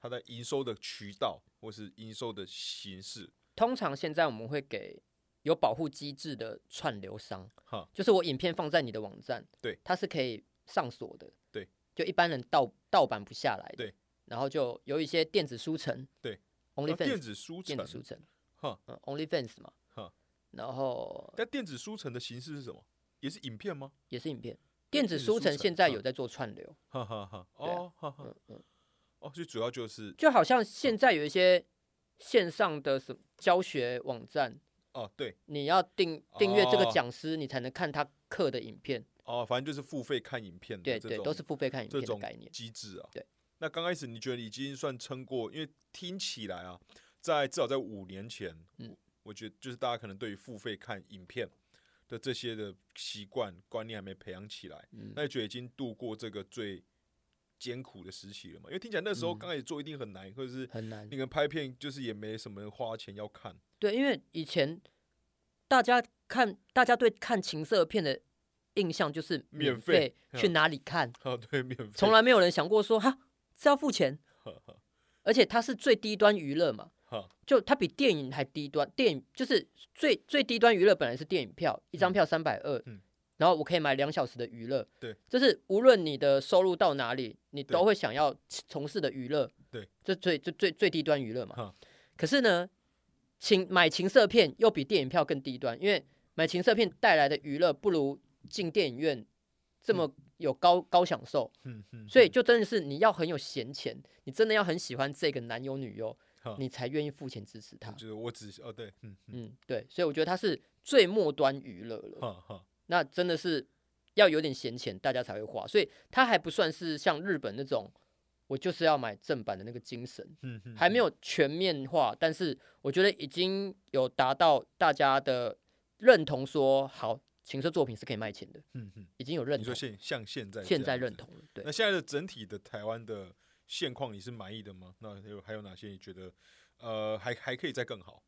S1: 它的营收的渠道或是营收的形式？
S2: 通常现在我们会给有保护机制的串流商
S1: 哈，
S2: 就是我影片放在你的网站，
S1: 对
S2: 它是可以上锁的，
S1: 对，
S2: 就一般人盗盗版不下来的，
S1: 对，
S2: 然后就有一些电子书城，
S1: 对然后电
S2: ，OnlyFans
S1: 子书
S2: 电
S1: 城
S2: 子，书城，
S1: 哈，
S2: 嗯，OnlyFans 嘛
S1: 哈，
S2: 然后
S1: 但电子书城的形式是什么？也是影片吗？
S2: 也是影片，
S1: 电
S2: 电
S1: 子
S2: 子
S1: 书
S2: 书城
S1: 城
S2: 现在
S1: 嗯
S2: 有在做串流，
S1: 哈哈哈，
S2: 对啊
S1: 哦，哈哈，
S2: 嗯嗯，
S1: 哦，所以主要就是
S2: 就好像现在有一些线上的什么教学网站，
S1: 哦，对，
S2: 你要订订阅这个
S1: 哦
S2: 讲师，你才能看他课的影片。
S1: 哦，反正就是付费看影片的
S2: 对
S1: 这
S2: 对，
S1: 种
S2: 都是付费看影
S1: 这
S2: 片的
S1: 种
S2: 概念。
S1: 机制啊。
S2: 对，
S1: 那刚开始你觉得你已经算撑过，因为听起来啊，在至少在五年前，
S2: 嗯
S1: 我，我觉得就是大家可能对于付费看影片的这些的习惯观念还没培养起来，
S2: 嗯
S1: 那你觉得已经度过这个最艰苦的时期了嘛？因为听起来那时候刚开始做一定很难，或者是
S2: 嗯很难
S1: 你。可能拍片就是也没什么人花钱要看， <laughs>
S2: 对，因为以前大家看，大家对看情色片的印象就是
S1: 免
S2: 免
S1: 费
S2: 费去哪里看，
S1: 哦，对，免费，
S2: 从来没有人想过说哈这要付钱，
S1: <laughs> 呵呵
S2: 而且它是最低端娱乐嘛，
S1: 呵
S2: 就它比电影还低端，电影就是最最低端娱乐本来是电影票，一张票三百二
S1: 嗯，
S2: 然后我可以买两小时的娱乐，
S1: 对，
S2: 就是无论你的收入到哪里，你
S1: 对
S2: 都会想要从事的娱乐，
S1: 对，
S2: 这最最最最低端娱乐嘛
S1: 哈。
S2: 可是呢，情买情色片又比电影票更低端，因为买情色片带来的娱乐不如进电影院这么有高、高享受，
S1: 嗯嗯，
S2: 所以就真的是你要很有闲钱，你真的要很喜欢这个男优女优
S1: 哈，
S2: 你才愿意付钱支持他。
S1: 就是我只哦对，嗯嗯，
S2: 嗯，对，所以我觉得他是最末端娱乐了，
S1: 哈哈，
S2: 那真的是要有点闲钱，大家才会花，所以他还不算是像日本那种，我就是要买正版的那个精神，
S1: 嗯嗯，
S2: 还没
S1: 有，
S2: 有全面化，但是我觉得已经有达到大家的认同说好，情色作品是可以卖钱的，
S1: 嗯嗯，
S2: 已经有认
S1: 你说
S2: 同，
S1: 现像现在
S2: 现
S1: 这
S2: 在
S1: 样
S2: 认
S1: 子
S2: 同了，对
S1: 那。现在的整体的台湾的现况，你是满意的吗？那有还有哪些你觉得呃还还可以再更好？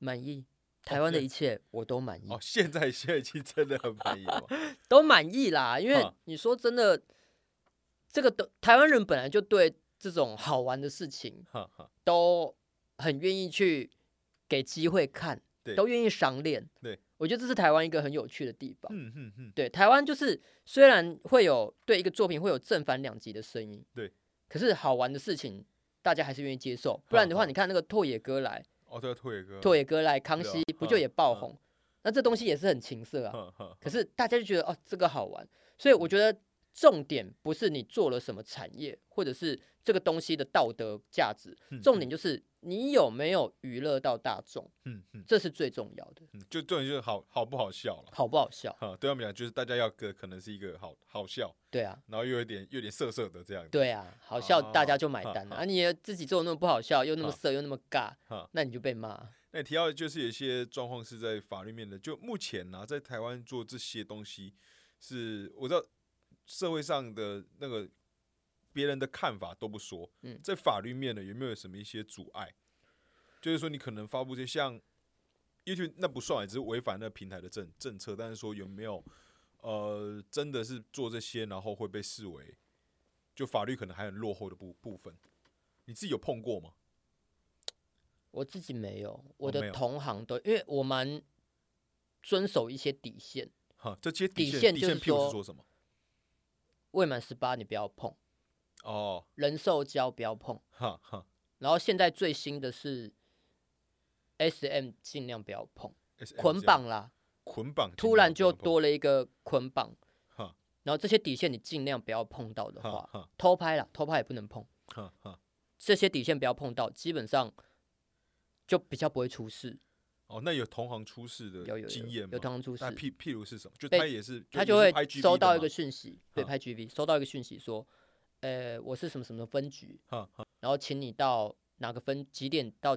S2: 满意。台湾的
S1: 哦对
S2: 一切我都满意，
S1: 哦，现在现在已经真的很满意了吧，
S2: 都满意啦。因为
S1: 哈
S2: 你说真的，这个都台湾人本来就对这种好玩的事情
S1: 哈哈，
S2: 都很愿意去给机会看
S1: 对，
S2: 都愿意赏脸。
S1: 对，
S2: 我觉得这是台湾一个很有趣的地方。
S1: <laughs> 嗯嗯嗯，
S2: 对，台湾就是虽然会有对一个作品会有正反两极的声音，
S1: 对，
S2: 可是好玩的事情大家还是愿意接受。不然的
S1: 哈
S2: 话，你看那个拓野哥来，
S1: 哦对啊，拓野哥，
S2: 拓野哥来，康
S1: 对啊
S2: 熙不就
S1: 哈
S2: 也爆
S1: 哈
S2: 红？那这东西也是很情色啊。
S1: 哈，哈
S2: 可是大家就觉得哦，这个好玩，所以我觉得重点不是你做了什么产业，或者是这个东西的道德价值，
S1: 嗯
S2: 重点就是你有没有娱乐到大众，
S1: 嗯嗯
S2: 这是最重要的，
S1: 嗯，就重点就是好好不好笑了。
S2: 好不好笑？
S1: 哈，对他们讲，就是大家要个可能是一个好好笑，
S2: 对啊，
S1: 然后又有点又有点涩涩的这样子。
S2: 对啊，好笑大家就买
S1: 哦哦
S2: 单
S1: 好
S2: 啊，啊你也自己做得那么不好笑，又那么
S1: 好
S2: 色，又那么尬
S1: 好，
S2: 那你就被骂。
S1: 那你提到的就是有一些状况是在法律面的，就目前呢、在台湾做这些东西是，我知道社会上的那个别人的看法都不说，
S2: 嗯
S1: 在法律面的有没有什么一些阻碍？就是说你可能发布这些像 YouTube 那不算，只是违反那个平台的政政策，但是说有没有呃真的是做这些，然后会被视为就法律可能还很落后的部部分，你自己有碰过吗？
S2: 我自己没有，我
S1: 哦没
S2: 的
S1: 有
S2: 同行都，因为我蛮遵守一些底线，
S1: 哈，这些
S2: 底
S1: 线
S2: 线
S1: 底
S2: 就是
S1: 线譬如是
S2: 说
S1: 说什么？
S2: 未满十八你不要碰，
S1: 哦，
S2: 人兽交不要碰。
S1: 哈哈
S2: 然后现在最新的是 S M 尽量不要碰
S1: SM
S2: 捆
S1: 这样
S2: 绑啦，
S1: 捆绑，
S2: 突然就多了一个捆绑，
S1: 哈
S2: 然后这些底线你尽量不要碰到的
S1: 哈
S2: 话，
S1: 哈
S2: 偷拍啦，偷拍也不能碰，
S1: 哈哈。
S2: 这些底线不要碰到，基本上就比较不会出事，
S1: 哦，那有同行出事
S2: 有有
S1: 的
S2: 有
S1: 呃经验吗？
S2: 有同行出
S1: 那
S2: 事，
S1: 譬譬如是什么？就
S2: 被
S1: 他也是，
S2: 他
S1: 就
S2: 就
S1: 也是
S2: 会
S1: 拍 GB
S2: 收到
S1: 的
S2: 一个
S1: 嘛
S2: 讯息，对，
S1: 哈
S2: 拍 G V 收到一个讯息说，呃，我是什么什么分局，
S1: 哈哈
S2: 然后请你到哪个分几点到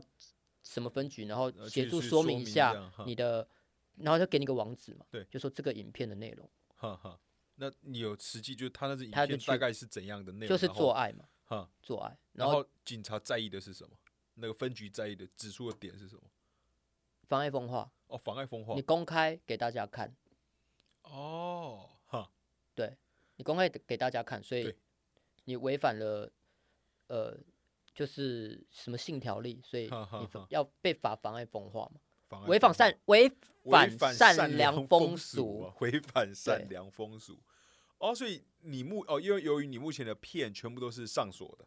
S2: 什么分局，然后
S1: 呃
S2: 协
S1: 去
S2: 助
S1: 去
S2: 说
S1: 说
S2: 明一
S1: 明这
S2: 下
S1: 样哈
S2: 你的，然后就给你个网址嘛，
S1: 对
S2: 就说这个影片的内容
S1: 哈哈。那你有实际就是他那支影
S2: 他就
S1: 片大
S2: 去
S1: 概是怎样的内容？
S2: 就是
S1: 然后
S2: 做爱嘛，
S1: 哈，
S2: 做爱，然
S1: 然
S2: 后
S1: 后警察在意的是什么？那个分局在意的指出的点是什么？
S2: 妨碍风化，
S1: 哦，妨碍风化
S2: 你。公开给大家看，
S1: 哦，哈，
S2: 对你公开给大家看，所以
S1: 对
S2: 你违反了呃就是什么性条例，所以
S1: 哈哈
S2: 你
S1: 哈
S2: 要被罚妨碍风化嘛，
S1: 妨碍
S2: 违
S1: 风
S2: 反
S1: 化
S2: 善违
S1: 违
S2: 反
S1: 善
S2: 良
S1: 风
S2: 俗，
S1: 啊，违反善
S2: 对
S1: 良风俗。哦，所以你目哦，因为由于你目前的片全部都是上锁的，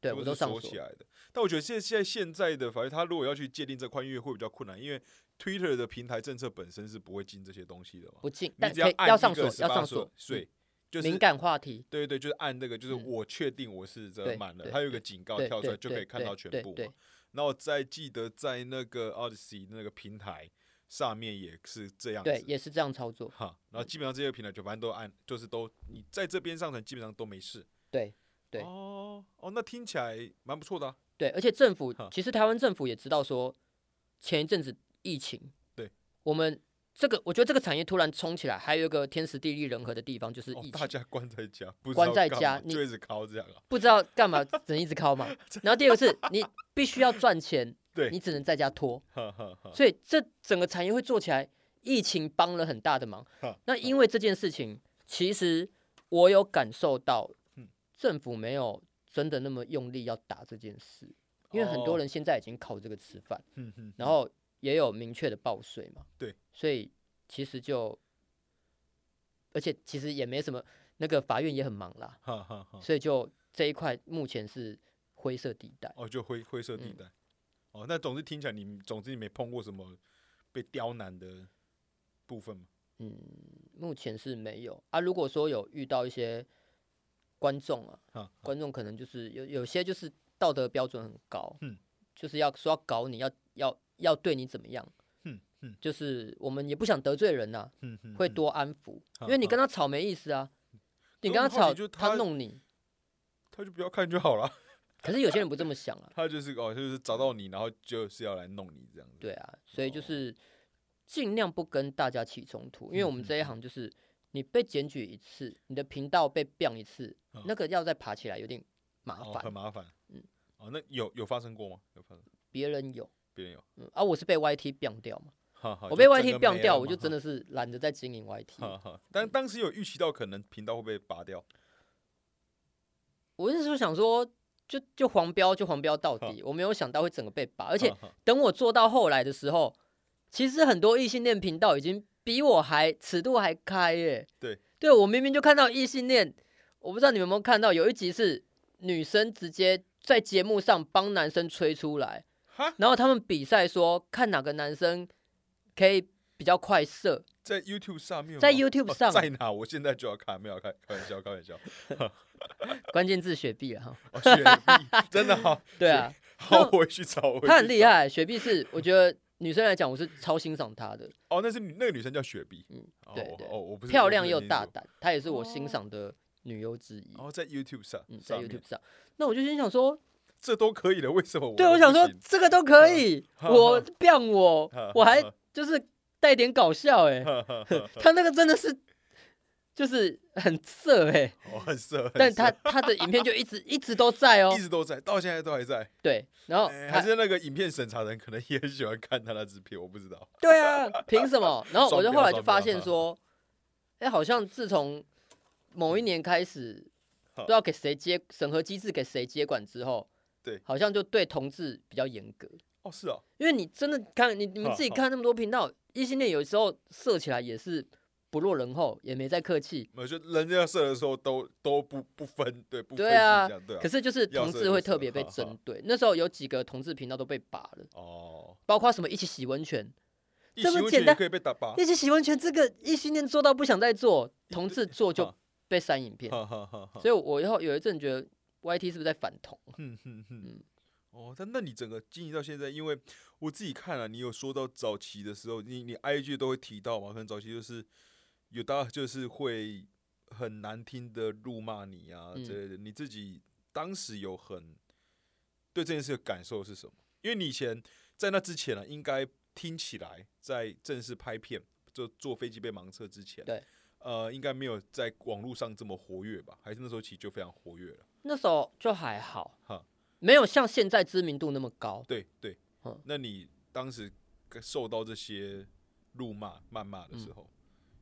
S2: 对
S1: 全部
S2: 我都
S1: 是啊
S2: 上
S1: 锁
S2: 锁
S1: 起，来的。但我觉得现现在现在的法律，他如果要去界定这块，因为会比较困难，因为 Twitter 的平台政策本身是不会禁这些东西的嘛。
S2: 不进，
S1: 你
S2: 但
S1: 只
S2: 可以
S1: 按
S2: 要
S1: 一
S2: 上
S1: 个
S2: 锁，要
S1: 18
S2: 上
S1: 岁
S2: 锁，嗯
S1: 对，就是
S2: 敏感话题。
S1: 对对，就是按那个，就是
S2: 嗯
S1: 我确定我是这
S2: 对
S1: 满了，
S2: 对
S1: 它有一个警告
S2: 对
S1: 跳出来
S2: 对
S1: 就可以
S2: 对
S1: 看到
S2: 对
S1: 全
S2: 对
S1: 部
S2: 对
S1: 嘛。然后再记得在那个 Odyssey 那个平台上面也是这样子，
S2: 对，也是这样操作。
S1: 哈，然后基本上这些平台就反正都按，就是都你在这边上传基本上都没事。
S2: 对对
S1: 哦哦，那听起来蛮不错的、啊。
S2: 对，而且政府
S1: 哈
S2: 其实台湾政府也知道说，前一阵子疫情，
S1: 对
S2: 我们这个，我觉得这个产业突然冲起来，还有一个天时地利人和的地方就是
S1: 哦
S2: 疫，
S1: 大
S2: 情，
S1: 家关在家，不知
S2: 关
S1: 道
S2: 在
S1: 干
S2: 家
S1: 嘛
S2: 你
S1: 就一直靠这样啊。
S2: 不知道干嘛只能一直
S1: <laughs>
S2: 靠嘛。然后第二个是你必须要赚钱，
S1: 对
S2: 你只能在家拖，
S1: 哈哈哈。
S2: 所以这整个产业会做起来。疫情帮了很大的忙
S1: 哈。
S2: 那因为这件事情，其实我有感受到
S1: 嗯，
S2: 政府没有真的那么用力要打这件事，因为很多
S1: 哦
S2: 人现在已经靠这个吃饭，
S1: 嗯嗯，
S2: 然后也有明确的报税嘛。
S1: 对，
S2: 所以其实就，而且其实也没什么，那个法院也很忙啦，
S1: 哈哈哈，
S2: 所以就这一块目前是灰色地带。
S1: 哦，就灰灰色地
S2: 嗯
S1: 带。哦，那总之听起来你，总之你没碰过什么被刁难的部分吗？
S2: 嗯，目前是没有啊。如果说有遇到一些观众啊，
S1: 哈，
S2: 观众可能就是有有些就是道德标准很高，
S1: 嗯，
S2: 就是要说要搞你要要要对你怎么样，
S1: 哼哼
S2: 就是我们也不想得罪人呐、
S1: 哼哼，
S2: 会
S1: 哼
S2: 多安抚，
S1: 啊
S2: 因为你
S1: 啊
S2: 跟他吵没意思啊，你
S1: 嗯可
S2: 跟
S1: 我
S2: 他
S1: 好奇
S2: 吵
S1: 就是他
S2: 他弄你，
S1: 他就不要看就好了。
S2: 可是有些人不这么想啊，
S1: 他就是哦，就是找到你，然后就是要来弄你这样子。
S2: 对啊，所以就
S1: 哦
S2: 是尽量不跟大家起冲突，因为我们
S1: 嗯
S2: 这一行就是你被检举一次，你的频道被 ban 一次
S1: 嗯，
S2: 那个要再爬起来有点麻
S1: 哦，很
S2: 烦，
S1: 麻烦。
S2: 嗯，
S1: 哦，那有有发生过吗？有发生，
S2: 别人有，
S1: 别人有。
S2: 嗯，啊，我是被 YT ban 掉嘛，
S1: 哈哈，
S2: 我被
S1: 哦就整
S2: YT
S1: 个
S2: ban
S1: 没
S2: 掉，
S1: 了
S2: 我
S1: 嘛
S2: 就真
S1: 哈
S2: 的嗯是懒得再经营 YT，
S1: <laughs> 哈哈。但当时有预期到可能频道会被拔掉，
S2: 我那时候想说。就就黄标就黄标到底，我没有想到会整个被拔，而且
S1: 哈哈
S2: 等我做到后来的时候，其实很多异性恋频道已经比我还尺度还开耶。
S1: 对，
S2: 对我明明就看到异性恋，我不知道你们有没有看到，有一集是女生直接在节目上帮男生吹出来，
S1: 哈，
S2: 然后他们比赛说看哪个男生可以比较快射，
S1: 在 YouTube 上面吗，
S2: 在 YouTube
S1: 哦
S2: 上
S1: 在哪？我现在就要看，没有开开玩笑，开玩笑。
S2: 关键字雪碧了啊哈。
S1: 哦，雪
S2: <laughs>
S1: 碧真的好，
S2: 对啊，
S1: 好
S2: 那，
S1: 我回去找。我回
S2: 他
S1: 去
S2: 很厉
S1: 找。
S2: 害，雪碧是我觉得女生来讲我是超欣赏她的，
S1: 哦，那是女那个女生叫雪碧。
S2: 嗯
S1: 哦，
S2: 对
S1: 我
S2: 对
S1: 哦，我不是
S2: 漂亮又
S1: 我
S2: 大。
S1: 不是
S2: 胆，她也是我欣
S1: 哦
S2: 赏的女优之一。
S1: 哦，在 YouTube 上，
S2: 嗯，在
S1: 上面
S2: YouTube 上。那我就心想说，
S1: 这都可以的，为什么我
S2: 对啊
S1: 的
S2: 我想
S1: 不
S2: 说
S1: 行
S2: 这个都可以，
S1: <laughs> 哈哈
S2: 我变我
S1: 哈，
S2: 我还
S1: 哈
S2: 就是带点搞笑哎、
S1: 哈哈 <laughs> 哈哈
S2: <laughs> 他那个真的是就是很色哎、
S1: 哦，很色，很
S2: 但
S1: 色
S2: 他他的影片就一直一直都在
S1: <laughs>
S2: 哦
S1: 一，直都在，到现在都还在。
S2: 对，然后
S1: 哎
S2: 哦他
S1: 还是那个影片审查人可能也很喜欢看他那支片，我不知道。
S2: 对啊，凭什么？然后
S1: 双
S2: 我就
S1: 标
S2: 后来就
S1: 双
S2: 发
S1: 标
S2: 现
S1: 哈
S2: 说，哎、好像自从某一年开始，
S1: 哈
S2: 不知道给谁接审核机制给谁接管之后，
S1: 对
S2: 好像就对同志比较严格。
S1: 哦，是哦，
S2: 因为你真的看你你们
S1: 好
S2: 自己
S1: 好
S2: 看那么多频道，异性恋有时候射起来也是不落人后，也没在客气。
S1: 我觉得人家射的时候都都不不分，对不分
S2: 对啊
S1: 析这样对啊
S2: 可。是就是
S1: 要
S2: 同
S1: 射
S2: 志
S1: 就
S2: 会
S1: 射
S2: 特别被
S1: 好好
S2: 针对，那时候有几个同志频道都被拔了，
S1: 哦，
S2: 包括什么一起洗温泉，
S1: 一
S2: 这
S1: 席
S2: 么
S1: 温
S2: 简
S1: 泉也
S2: 单
S1: 可以被打吧？
S2: 一起洗温泉这个异性恋做到不想再做，同志做就
S1: 好
S2: 被删影片，
S1: 哈哈哈哈
S2: 所。以我以后有一阵觉得 YT 是不是在反同？
S1: 哼哼哼
S2: 嗯。
S1: 哦，但那你整个经营到现在，因为我自己看了、啊你有说到早期的时候，你你 IG 都会提到嘛，可能早期就是有大家就是会很难听的辱骂你啊
S2: 嗯
S1: 之类的，你自己当时有很对这件事的感受是什么？因为你以前在那之前呢、啊，应该听起来在正式拍片就坐飞机被盲测之前，
S2: 对，
S1: 呃，应该没有在网络上这么活跃吧？还是那时候其实就非常活跃了。
S2: 那时候就还好
S1: 哈，
S2: 没有像现在知名度那么高。
S1: 对对
S2: 嗯，
S1: 那你当时跟受到这些辱骂、谩骂的时
S2: 嗯
S1: 候，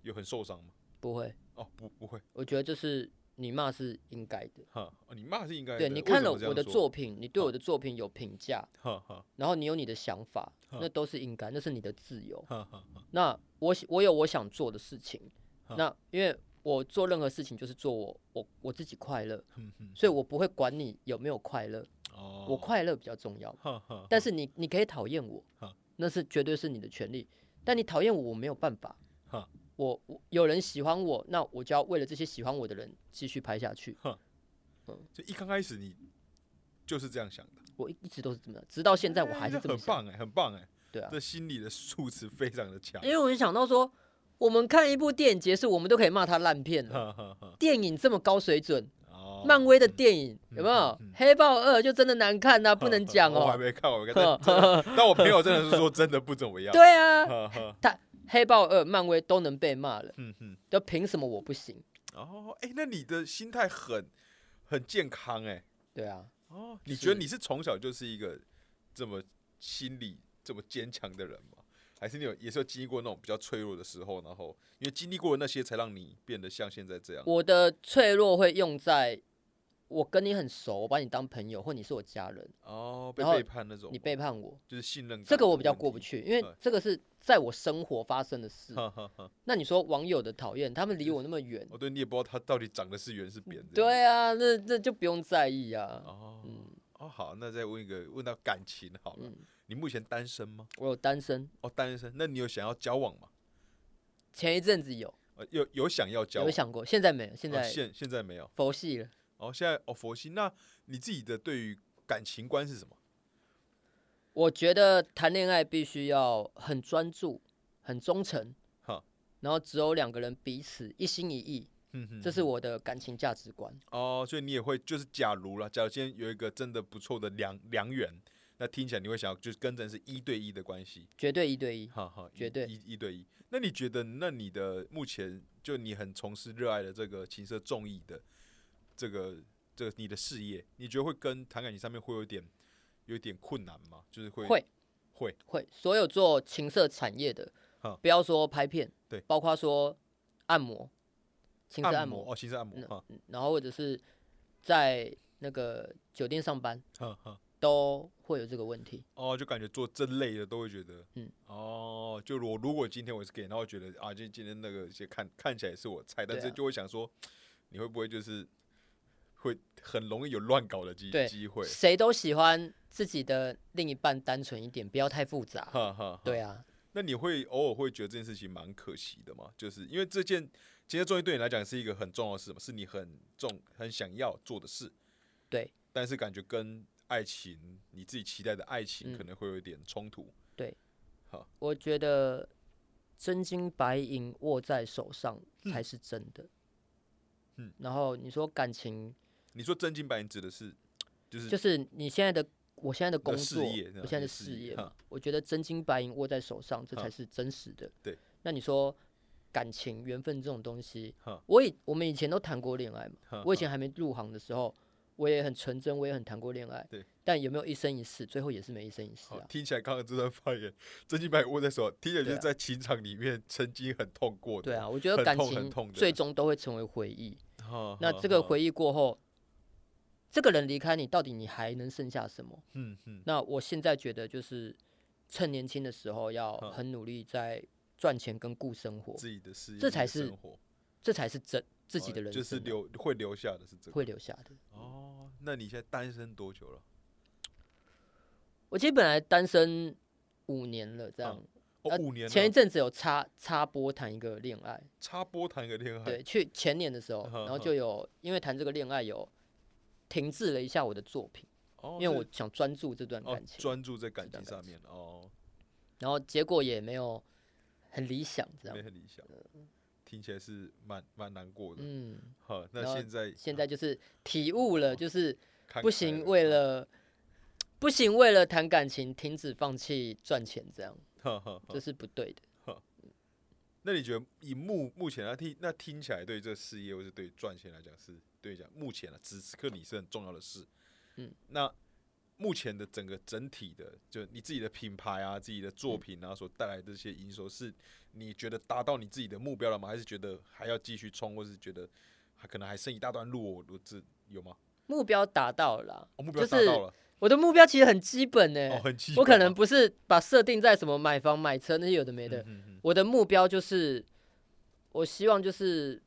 S1: 有很受伤吗？
S2: 不会，
S1: 哦，不，不会，
S2: 我觉得就是你骂是应该的。
S1: 哈，哦你骂是应该的。
S2: 对你
S1: 为
S2: 看
S1: 什
S2: 了
S1: 么这样
S2: 我的
S1: 说，
S2: 作品，你对我的作品有评价，
S1: 哈哈
S2: 然后你有你的想法，
S1: 哈
S2: 那都是应该，那是你的自由。
S1: 哈哈哈，
S2: 那我喜我有我想做的事情，
S1: 哈
S2: 那因为我做任何事情就是做我我我自己快乐，
S1: 哼哼
S2: 所以我不会管你有没有快乐，
S1: 哦，
S2: 我，快乐比较重要。
S1: 哈哈，
S2: 但是你你可以讨厌我
S1: 哈，
S2: 那是绝对是你的权利，但你讨厌我，我没有办法
S1: 哈。
S2: 我我有人喜欢我，那我就要为了这些喜欢我的人继续拍下去。
S1: 就一刚开始你就是这样想的，
S2: 我一一直都是这么的，直到现在我
S1: 哎
S2: 还是
S1: 那
S2: 这么
S1: 很
S2: 想。
S1: 棒哎，很棒哎，
S2: 对啊，
S1: 这心理的素质非常的强
S2: 因。为我就想到说，我们看一部电影结束，我们都可以骂它烂片
S1: 哈
S2: 了。
S1: 哈哈，
S2: 电影这么高水准，
S1: 嗯哦
S2: 漫威的电影有没有
S1: 嗯嗯嗯？
S2: 黑豹二就真的难看呐、不
S1: <laughs>
S2: 能讲
S1: 我还
S2: 哦。
S1: 没看，我没看，但真的但我朋友真的是说真的不怎么样。
S2: 对啊，
S1: 哈哈，
S2: 黑豹二、漫威都能被骂了，
S1: 嗯哼。
S2: 就凭什么我不行？
S1: 哦，哎、那你的心态很很健康哎、
S2: 对啊，
S1: 哦，你
S2: 是
S1: 觉得你是从小就是一个这么心理这么坚强的人吗？还是你有也是有经历过那种比较脆弱的时候，然后因为经历过的那些，才让你变得像现在这样。
S2: 我的脆弱会用在我跟你很熟，我把你当朋友，或你是我家人，
S1: 哦，被
S2: 然后
S1: 背叛那种，
S2: 你背叛我，
S1: 就是信任感
S2: 这个我
S1: 的
S2: 比较
S1: 问
S2: 过不
S1: 题。
S2: 去，因为
S1: 对嗯
S2: 这个是在我生活发生的事。
S1: 哈哈哈，
S2: 那你说网友的讨厌，他们离我那么远，
S1: 哦，对，你也不知道他到底长得是圆是扁。这样。
S2: 对啊，那那就不用在意啊。
S1: 哦，
S2: 嗯
S1: 哦，好，那再问一个，问到感情好了，
S2: 嗯，
S1: 你目前单身吗？
S2: 我有单身，
S1: 哦，单身，那你有想要交往吗？
S2: 前一阵子有，
S1: 呃，有有想要交
S2: 有
S1: 往
S2: 没有？想过？现在没有，现
S1: 哦
S2: 在
S1: 现现在没有。
S2: 佛系了。
S1: 哦，现在哦，佛心，那你自己的对于感情观是什么？
S2: 我觉得谈恋爱必须要很专注、很忠诚
S1: 哈，
S2: 然后只有两个人彼此一心一意，
S1: 哼嗯哼
S2: 这是我的感情价值观。
S1: 哦，所以你也会就是，假如啦，假如今天有一个真的不错的良良缘，那听起来你会想要就是跟人是一对一的关系，
S2: 绝对一对一。
S1: 哈哈，一
S2: 绝对
S1: 一一对一。那你觉得，那你的目前就你很从事热爱的这个情色综艺的这个这个你的事业，你觉得会跟谈感情上面会有点有点困难吗？就是会
S2: 会
S1: 会
S2: 会，所有做情色产业的
S1: 哈，
S2: 不要说拍片，
S1: 对
S2: 包括说按摩、情色
S1: 按
S2: 摩，
S1: 哦，情色按摩
S2: 嗯
S1: 哈
S2: 嗯然后或者是在那个酒店上班，
S1: 哈哈。
S2: 都会有这个问题。
S1: 哦，就感觉做这类的都会觉得，
S2: 嗯，
S1: 哦，就我如果今天我是 gay，然后觉得啊，就今天那个些看看起来是我菜，但
S2: 对
S1: 是
S2: 啊
S1: 就会想说，你会不会就是会很容易有乱搞的机
S2: 对
S1: 机会？
S2: 谁都喜欢自己的另一半单纯一点，不要太复杂。
S1: 哈哈，哈。
S2: 对啊，
S1: 那你会偶尔会觉得这件事情蛮可惜的吗？就是因为这件其实综艺对你来讲是一个很重要的事嘛，是你很重很想要做的事，
S2: 对
S1: 但是感觉跟爱情你自己期待的爱情
S2: 嗯
S1: 可能会有一点冲突。
S2: 我觉得真金白银握在手上才是真的。
S1: 嗯
S2: 然后你说感情，
S1: 你说真金白银指的是就是
S2: 就是你现在的我现在的
S1: 的
S2: 工
S1: 事
S2: 作，
S1: 业
S2: 我现
S1: 你的
S2: 在的
S1: 事
S2: 事
S1: 业
S2: 业
S1: 哈
S2: 嘛，我觉得真金白银握在手上，这
S1: 哈
S2: 才是真实的。
S1: 对，
S2: 那你说感情、缘分这种东西
S1: 哈，
S2: 我以我们以前都谈过恋爱嘛，
S1: 哈
S2: 我以前还没入行的时候，我也很纯真，我也很谈过恋爱。
S1: 对，
S2: 但有没有一生一世？最后也是没一生一世
S1: 好
S2: 啊，。
S1: 听起来刚刚这段发言，真金白银握在手，听起来就是
S2: 对啊
S1: 在情场里面曾经很痛过的。
S2: 对啊，我觉得
S1: 哦很
S2: 感
S1: 痛很
S2: 情
S1: 痛的嗯
S2: 最终都会成为回忆。
S1: 哈，
S2: 那
S1: 哈
S2: 这个
S1: 哈
S2: 回忆过后，这个人离开你，到底你还能剩下什么？
S1: 嗯嗯，
S2: 那我现在觉得就是趁年轻的时候要
S1: 嗯
S2: 很努力在赚钱跟顾生活，
S1: 自己的事业，
S2: 这才
S1: 自己的
S2: 是
S1: 生活
S2: 这才是真自己
S1: 哦
S2: 的人生
S1: 就
S2: 啊、
S1: 是留会留下的是这个。
S2: 会留下的。
S1: 哦，那你现在单身多久了？
S2: 我其实本来单身五年了，这样、
S1: 哦
S2: 呃，
S1: 五年了。
S2: 前一阵子有插插播谈一个恋爱，
S1: 插播谈个恋爱，
S2: 对，去前年的时候，
S1: 嗯
S2: 然后
S1: 嗯
S2: 就有因为谈这个恋爱有停滞了一下我的作品，
S1: 哦，
S2: 因为我
S1: 是
S2: 想专注这段
S1: 哦
S2: 感情，
S1: 专注在感
S2: 这
S1: 情
S2: 段
S1: 上
S2: 感情
S1: 面哦，
S2: 然后结果也没有很理想，这
S1: 没
S2: 样，
S1: 很理想，听起来是蛮蛮难过的。
S2: 嗯。
S1: 好，那
S2: 然后
S1: 现在
S2: 现在就是体悟了，就
S1: 嗯
S2: 是
S1: 哦看
S2: 不
S1: 开嗯
S2: 行，为了不行，为了谈感情，停止放弃赚钱，这样
S1: 哈哈哈
S2: 这是不对的。
S1: 那你觉得以目目前来听，那听起来对这事业或是对赚钱来讲是对你讲目前啊，此时刻你是很重要的事。
S2: 嗯，
S1: 那目前的整个整体的，就你自己的品牌啊、自己的作品啊所带来的这些营收，是你觉得达到你自己的目标了吗？还是觉得还要继续冲，或是觉得还可能还剩一大段路？我我这有吗？
S2: 目标达到了啦，
S1: 哦，目标
S2: 就
S1: 达
S2: 是
S1: 到了，
S2: 我的目标其实很基本呢、
S1: 哦，很期
S2: 我可能不是把设定在什么买房、买车那些有的没的，
S1: 嗯嗯
S2: 我的目标就是，我希望就是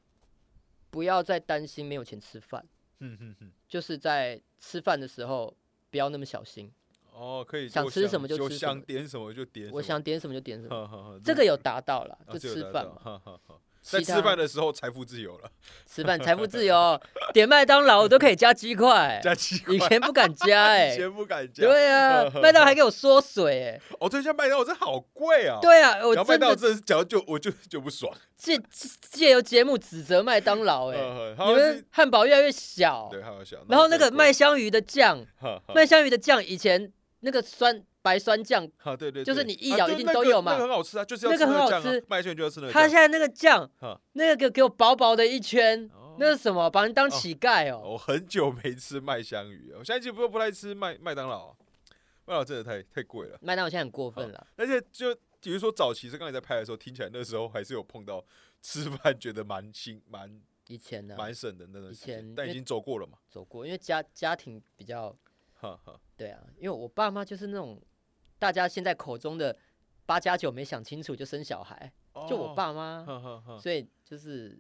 S2: 不要再担心没有钱吃饭，
S1: 嗯嗯嗯，
S2: 就是在吃饭的时候不要那么小心，
S1: 哦，可以，
S2: 想
S1: 我
S2: 吃什么就
S1: 就
S2: 吃什
S1: 想
S2: 么
S1: 点什么就点什么，
S2: 我想点什么就点什么，
S1: 哈哈哈，
S2: 这个有达到了，
S1: 啊
S2: 就
S1: 这有
S2: 吃
S1: 达
S2: 饭
S1: 到
S2: 嘛。
S1: 哈哈哈。在
S2: 其
S1: 吃
S2: 他
S1: 饭的时候财富自由了，
S2: 吃饭财富
S1: <laughs>
S2: 自由，点麦当劳我都可以加鸡块，
S1: 加七块，
S2: 以前不敢加哎、
S1: <laughs> 以前不敢加。
S2: 对啊，麦当
S1: <laughs>
S2: 劳还给我缩水哎、
S1: 哦，对，像麦当劳这好贵啊。，
S2: 对啊，我
S1: 然后麦
S2: 真
S1: 当劳
S2: 的
S1: 这讲就我就就不爽。
S2: 借借由节目指责麦当
S1: <laughs>
S2: 劳哎、
S1: 呃，他
S2: 你们汉堡越来越小，
S1: 对还有小，
S2: 然后那
S1: 这
S2: 个
S1: 贵
S2: 麦，香鱼的酱，
S1: 哈哈
S2: 麦香鱼的酱以前那个酸白酸酱，
S1: 哈对对，
S2: 就是
S1: 对
S2: 你一
S1: 啊
S2: 咬
S1: 就
S2: 一定
S1: 那
S2: 都
S1: 个
S2: 有嘛
S1: 那个很好吃啊，就是要
S2: 那
S1: 吃
S2: 个很
S1: 那
S2: 好
S1: 酱啊
S2: 吃，
S1: 麦香鱼就要吃那个
S2: 它
S1: 酱。
S2: 现在那个酱
S1: 哈，
S2: 那个给我薄薄的一圈，
S1: 哦
S2: 那是什么？把人当
S1: 哦
S2: 乞丐哦。
S1: 我很久没吃麦香鱼了，我现在就不不太吃麦麦当劳啊，麦当劳真的太太贵了，哦
S2: 麦当劳现在很过分了，
S1: 而且就比如说早期是刚才在拍的时候，听起来那时候还是有碰到吃饭觉得蛮轻、蛮
S2: 以前呢、
S1: 蛮省的那段时
S2: 以前
S1: 间，但已经走过了嘛。
S2: 走过，因为家家庭比较
S1: 哈哈，
S2: 对啊，因为我爸妈就是那种大家现在口中的八加九没想清楚就生小孩，就我爸妈
S1: 哦，，哈哈哈，
S2: 所以就是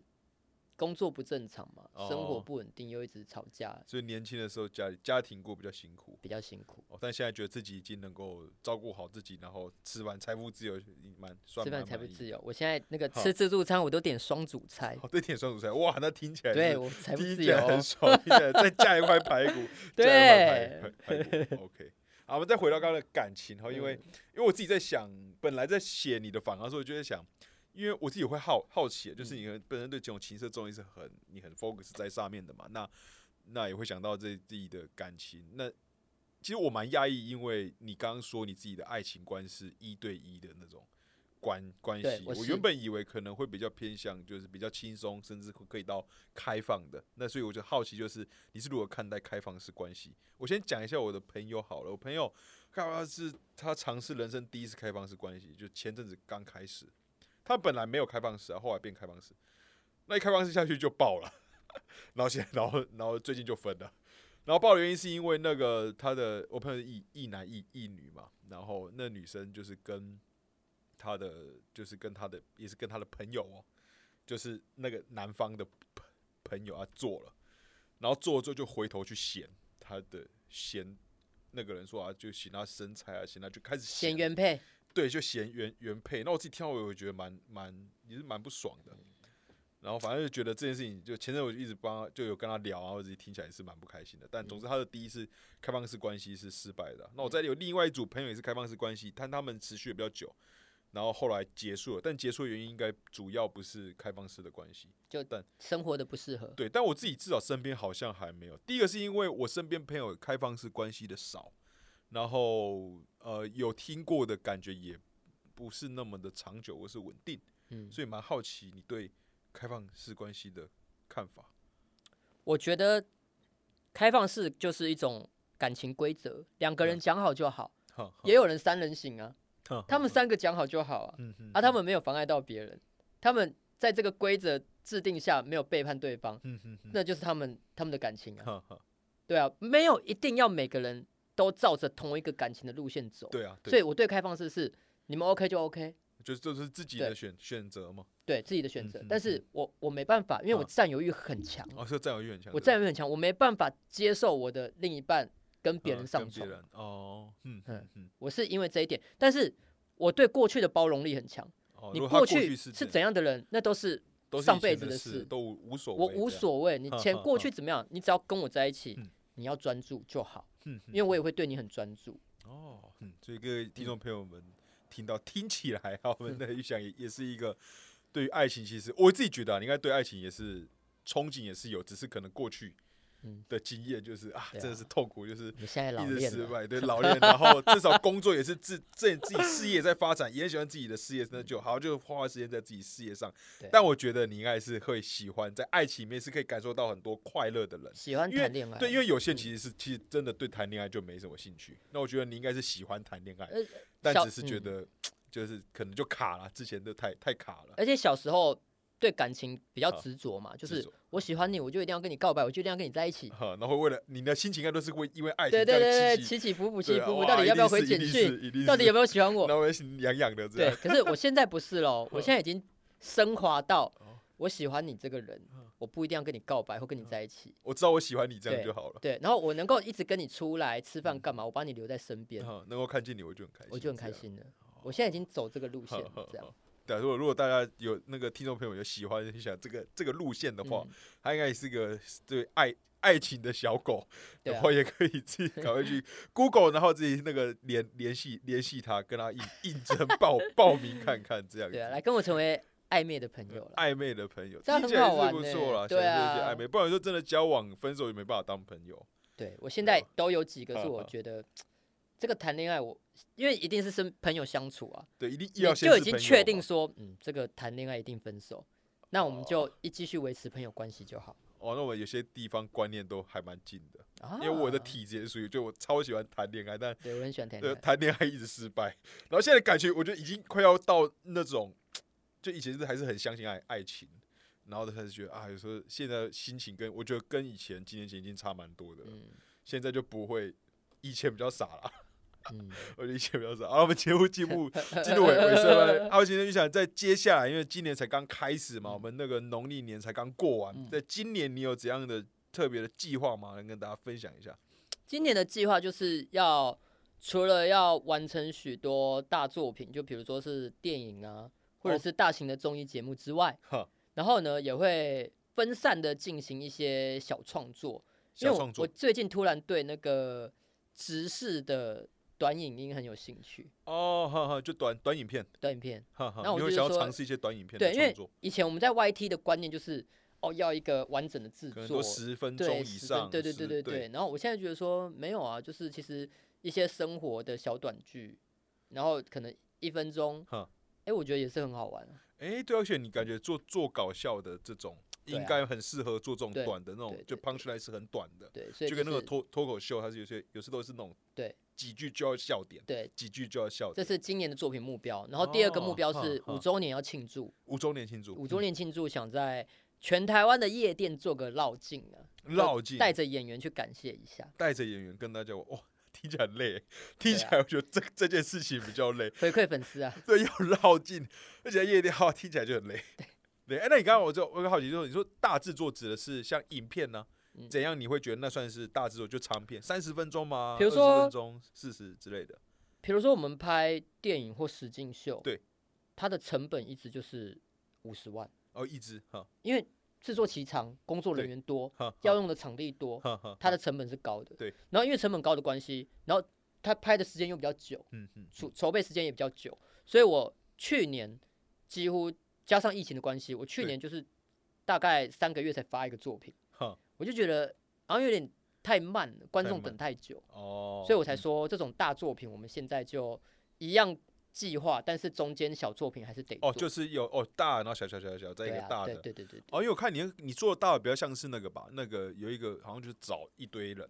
S2: 工作不正常嘛，生活
S1: 哦
S2: 不稳定又一直吵架，
S1: 所以年轻的时候家里家庭过比较辛苦。
S2: 比较辛苦。
S1: 哦，但现在觉得自己已经能够照顾好自己，然后吃完财富自由，已蛮算
S2: 吃
S1: 蛮
S2: 饭才不
S1: 满意
S2: 自由，我现在那个
S1: 好
S2: 吃自助餐我都点双主菜，
S1: 哦，对，点双主菜，哇，那听起来
S2: 对
S1: 是
S2: 我才不
S1: 听
S2: 自
S1: 起
S2: 由
S1: 来
S2: 哦
S1: 很。爽，听起来再加一块排
S2: <laughs>
S1: 骨，加一块排排排骨，OK。好，我们再回到刚刚的感情哈，因为、
S2: 嗯
S1: 因为我自己在想，本来在写你的访谈的时候，我就在想，因为我自己会好好奇，就是
S2: 嗯
S1: 你本身对这种情色综艺是很你很 focus 在上面的嘛，那那也会想到这自己的感情。那其实我蛮压抑，因为你刚刚说你自己的爱情观是一对一的那种关关
S2: 对
S1: 系，
S2: 我
S1: 我
S2: 是
S1: 原本以为可能会比较偏向就是比较轻松，甚至可以到开放的。那所以我就好奇，就是你是如何看待开放式关系？我先讲一下我的朋友好了，我朋友看他是他尝试人生第一次开放式关系，就前阵子刚开始，他本来没有开放式啊，后来变开放式，那一开放式下去就爆了，然后现在然后然后最近就分了。然后爆的原因是因为那个他的我朋友是一一男一一女嘛，然后那女生就是跟他的就是跟他的也是跟他的朋友哦，就是那个男方的朋朋友啊做了，然后做了之后就回头去嫌他的嫌那个人说啊，就嫌他身材啊，嫌他就开始
S2: 咸
S1: 嫌
S2: 原配，
S1: 对，就嫌原原配。那我自己听到我也觉得蛮蛮也是蛮不爽的。然后反正就觉得这件事情，就前阵我就一直帮他就有跟他聊啊，我自己听起来是蛮不开心的。但总之他的第一次开放式关系是失败的啊。那我再有另外一组朋友也是开放式关系，但他们持续也比较久，然后后来结束了。但结束的原因应该主要不是开放式的关系，
S2: 生活的不适合，
S1: 对，但我自己至少身边好像还没有。第一个是因为我身边朋友开放式关系的少，然后呃有听过的感觉也不是那么的长久或是稳定，
S2: 嗯，
S1: 所以蛮好奇你对开放式关系的看法。
S2: 我觉得开放式就是一种感情规则，两个人讲好就好，
S1: 哈哈
S2: 也有人三人行啊，
S1: 哈
S2: 他们三个讲好就好啊，
S1: 嗯哼
S2: 啊，他们没有妨碍到别人，他们在这个规则制定下没有背叛对方，
S1: 嗯哼哼
S2: 那就是他们他们的感情啊，
S1: 哈哈
S2: 对啊，没有一定要每个人都照着同一个感情的路线走，
S1: 对啊，
S2: 所
S1: 对，
S2: 以我对开放式是你们 OK 就 OK，
S1: 就是这是自己
S2: 对
S1: 的选选择嘛。
S2: 对自己的选择，
S1: 嗯
S2: 但是我我没办法，因为我
S1: 啊
S2: 占有欲很强，
S1: 哦，是占有欲很强，
S2: 我
S1: 对
S2: 占有欲很强，我没办法接受我的另一半跟
S1: 嗯
S2: 别人
S1: 跟
S2: 上
S1: 别
S2: 床，
S1: 人哦，嗯嗯嗯，
S2: 我是因为这一点，但是我对过去的包容力很强，
S1: 哦，
S2: 你
S1: 如果他过
S2: 去
S1: 是
S2: 是怎样的人，那都是
S1: 都是
S2: 上
S1: 以前
S2: 辈子
S1: 的
S2: 的事
S1: 事，都无无所
S2: 我
S1: 谓
S2: 无
S1: 这样，
S2: 所
S1: <laughs>
S2: 谓，你
S1: 哼
S2: 前
S1: 哼
S2: 过去怎么样，你只要跟我在一起
S1: 嗯，
S2: 你要专注就好，
S1: 嗯哼
S2: 因为我也会对你很专注，
S1: 哦，嗯，所以各位听众朋友们听到听起来啊，我们的预想也也是一个对于爱情，其实我自己觉得啊，你应该对爱情也是憧憬也是有，只是可能过去
S2: 嗯
S1: 的经验就是啊，
S2: 对啊
S1: 真的是痛苦，就是。
S2: 你现在老
S1: 一直
S2: 练啊
S1: 失
S2: 了， <laughs>
S1: 败，对老练，然后至少工作也是自自自己事业在发展，也很喜欢自己的事业，那
S2: <laughs>
S1: 就好就花花时间在自己事业上
S2: 对。
S1: 但我觉得你应该是会喜欢在爱情里面是可以感受到很多快乐的人。
S2: 喜欢
S1: 因为
S2: 谈恋爱，
S1: 对，因
S2: 为
S1: 为有些人其实是其实真的对谈恋爱就没什么兴趣。那我觉得你应该是喜欢谈恋爱，
S2: 呃
S1: 但
S2: 小
S1: 只是觉
S2: 嗯
S1: 得、就是可能就卡了，之前都太太卡了。
S2: 而且小时候对感情比较
S1: 啊
S2: 执着嘛，就
S1: 执
S2: 是
S1: 着
S2: 我喜欢你，我就一定要跟你告白，我就一定要跟你在
S1: <laughs>
S2: 一起。
S1: 哈，呃然后为了你的心情，应该都是会因为爱
S2: 对
S1: 情这
S2: 对
S1: 样起
S2: 对对，
S1: 起
S2: 起起伏伏，起
S1: 对
S2: 起
S1: 啊
S2: 伏伏，
S1: 哇
S2: 到底
S1: 一
S2: 要不
S1: 定
S2: 要
S1: 是
S2: 回
S1: 一
S2: 简
S1: 定
S2: 讯？
S1: 是一定
S2: 到底有
S1: 没
S2: 没有喜
S1: <laughs>
S2: 欢
S1: 有？
S2: 我？
S1: 那我也是痒痒的这
S2: 对
S1: 样。，
S2: 可是我现在不是喽，我现在已经升华到
S1: 哦嗯
S2: 我喜欢你这个人，我不一定要跟你告白或跟你在一起。
S1: 我知道我喜欢你这样
S2: 对
S1: 就好了。
S2: 对，然后我能够一直跟你出来吃
S1: 嗯
S2: 饭干嘛？我把你留在身边，
S1: 哈，能够看见你，呃我就很开心，
S2: 我就很
S1: 这
S2: 开
S1: 样。
S2: 心了。我现在已经走这个
S1: <laughs>
S2: 路线
S1: 哈
S2: 了，
S1: 哈
S2: 这。样
S1: 哈对啊，如果如果大家有那个听众朋友有喜欢想这个这个路线的话，
S2: 嗯
S1: 他应该也是个对爱爱情的小狗，
S2: 对
S1: 然
S2: 啊
S1: 后也可以自己赶快去 Google，然后自己那个联联系联系他，跟他应应征报报名看看这样子。
S2: 对啊，来跟我成为暧昧的朋友了。
S1: 暧昧的朋友，
S2: 这样
S1: 听起
S2: 很
S1: 来
S2: 好
S1: 是
S2: 玩
S1: 不
S2: 呢
S1: 错啦。想做
S2: 对
S1: 一些
S2: 啊
S1: 暧昧，不然说真的交往分手也没办法当朋友。嗯
S2: 对我现在
S1: 吧
S2: 都有几个
S1: 哈
S2: 是我
S1: 哈
S2: 觉得这个谈恋爱我，因为一定是跟朋友相处啊，
S1: 对，一定
S2: 你
S1: 要先
S2: 就是已经
S1: 朋
S2: 确
S1: 友
S2: 定
S1: 嘛
S2: 说，嗯，这个谈恋爱一定分手，那我们
S1: 哦
S2: 就一继续维持朋友关系就好。
S1: 哦，那我有些地方观念都还蛮近的，
S2: 啊
S1: 因为我的，体质也属于，就我超喜欢谈恋爱，但
S2: 对我很喜欢谈恋
S1: 呃
S2: 爱，
S1: 谈恋爱一直失败，然后现在感觉我觉得已经快要到那种，就以前是还是很相信爱爱情，然后他就觉得啊，有时候现在心情跟我觉得跟以前几年前已经差蛮多的了，
S2: 嗯
S1: 现在就不会以前比较傻了。
S2: 嗯，
S1: 我理解比较少。啊，我们节目进
S2: <laughs>
S1: 步进入尾尾声了。阿伟今天就想在接下来，因为今年才刚开始嘛，我们那个农历年才刚过完，
S2: 嗯
S1: 在今年你有怎样的特别的计划吗？能跟大家分享一下？
S2: 今年的计划就是要除了要完成许多大作品，就比如说是电影啊，或者
S1: 哦
S2: 是大型的综艺节目之外，
S1: 哈，
S2: 然后呢也会分散的进行一些小创作，
S1: 小
S2: 因为我
S1: 创
S2: 我
S1: 作
S2: 最近突然对那个直视的短影音很有兴趣，
S1: 哦，哈哈，就短短影片，
S2: 短影片。
S1: 哈哈，
S2: 那我
S1: 你会
S2: 就是
S1: 想要
S2: 说
S1: 尝试一些短影片的
S2: 对，因
S1: 创
S2: 为
S1: 作，
S2: 以前我们在 YT 的观念就是哦要一个完整的制
S1: 可能
S2: 作
S1: 都，十分钟
S2: 对，
S1: 以
S2: 十分
S1: 上，
S2: 对对
S1: 是
S2: 对对对。然后我现在觉得说没有啊，就是其实一些生活的小短剧，然后可能一分钟
S1: 哈，
S2: 哎，我觉得也是很好玩啊。
S1: 哎，对，而且你感觉做做搞笑的这种，
S2: 对啊
S1: 应该很适合做这种
S2: 对
S1: 短的那种
S2: 对，对
S1: 就
S2: 对
S1: punchline 是很短的，
S2: 对，所以
S1: 就跟那个
S2: 是
S1: 脱脱口秀，它是有些有时都是那种
S2: 对
S1: 几句就要笑点，
S2: 对，
S1: 几句就要笑点
S2: 这。是今年的作品目标。然后第二个目
S1: 哦嗯
S2: 标
S1: 哈
S2: 是
S1: 哈
S2: 五周年要庆祝，
S1: 五周年庆祝，
S2: 五周年庆祝想在全台湾的夜店做个绕境啊，
S1: 嗯绕境，
S2: 带着演员去感谢一下，
S1: 带着演员跟大家玩，哇、听起来很累，听起
S2: 啊
S1: 来我觉得这、这件事情比较累，
S2: 回馈粉丝啊。
S1: <laughs> 对，要绕境，而且夜店哈、 <laughs> 听起来就很累。对，哎，那你刚刚我就我有个好奇，就是你说大制作指的是像影片呢、
S2: 嗯
S1: 怎样你会觉得那算是大制作？就长片，三十分钟吗？
S2: 比如说
S1: 20分钟、四十之类的。
S2: 比如说我们拍电影或实境秀，
S1: 对，
S2: 它的成本一直就是五十万，
S1: 哦，一支哈
S2: 因为制作期长，工作人
S1: 对
S2: 员多，
S1: 哈，
S2: 要
S1: 哈
S2: 用的场地多，
S1: 哈哈，
S2: 它的成本是高的。
S1: 对，
S2: 然后因为成本高的关系，然后它拍的时间又比较久，
S1: 嗯嗯，
S2: 筹筹备时间也比较久，所以我去年几乎加上疫情的关系，我去
S1: 对
S2: 年就是大概三个月才发一个作品，
S1: 哈
S2: 我就觉得好像有点太慢了，观
S1: 太
S2: 众
S1: 慢
S2: 等太久。
S1: 哦，
S2: 所以我才
S1: 嗯
S2: 说这种大作品，我们现在就一样计划，但是中间小作品还是得
S1: 哦，
S2: 做
S1: 就是有哦大，然后小小小小小，再一
S2: 对
S1: 个
S2: 啊，
S1: 大的，
S2: 对对对对对
S1: 哦，因为我看你你做的大的比较像是那个吧，那个有一个好像就是找一堆人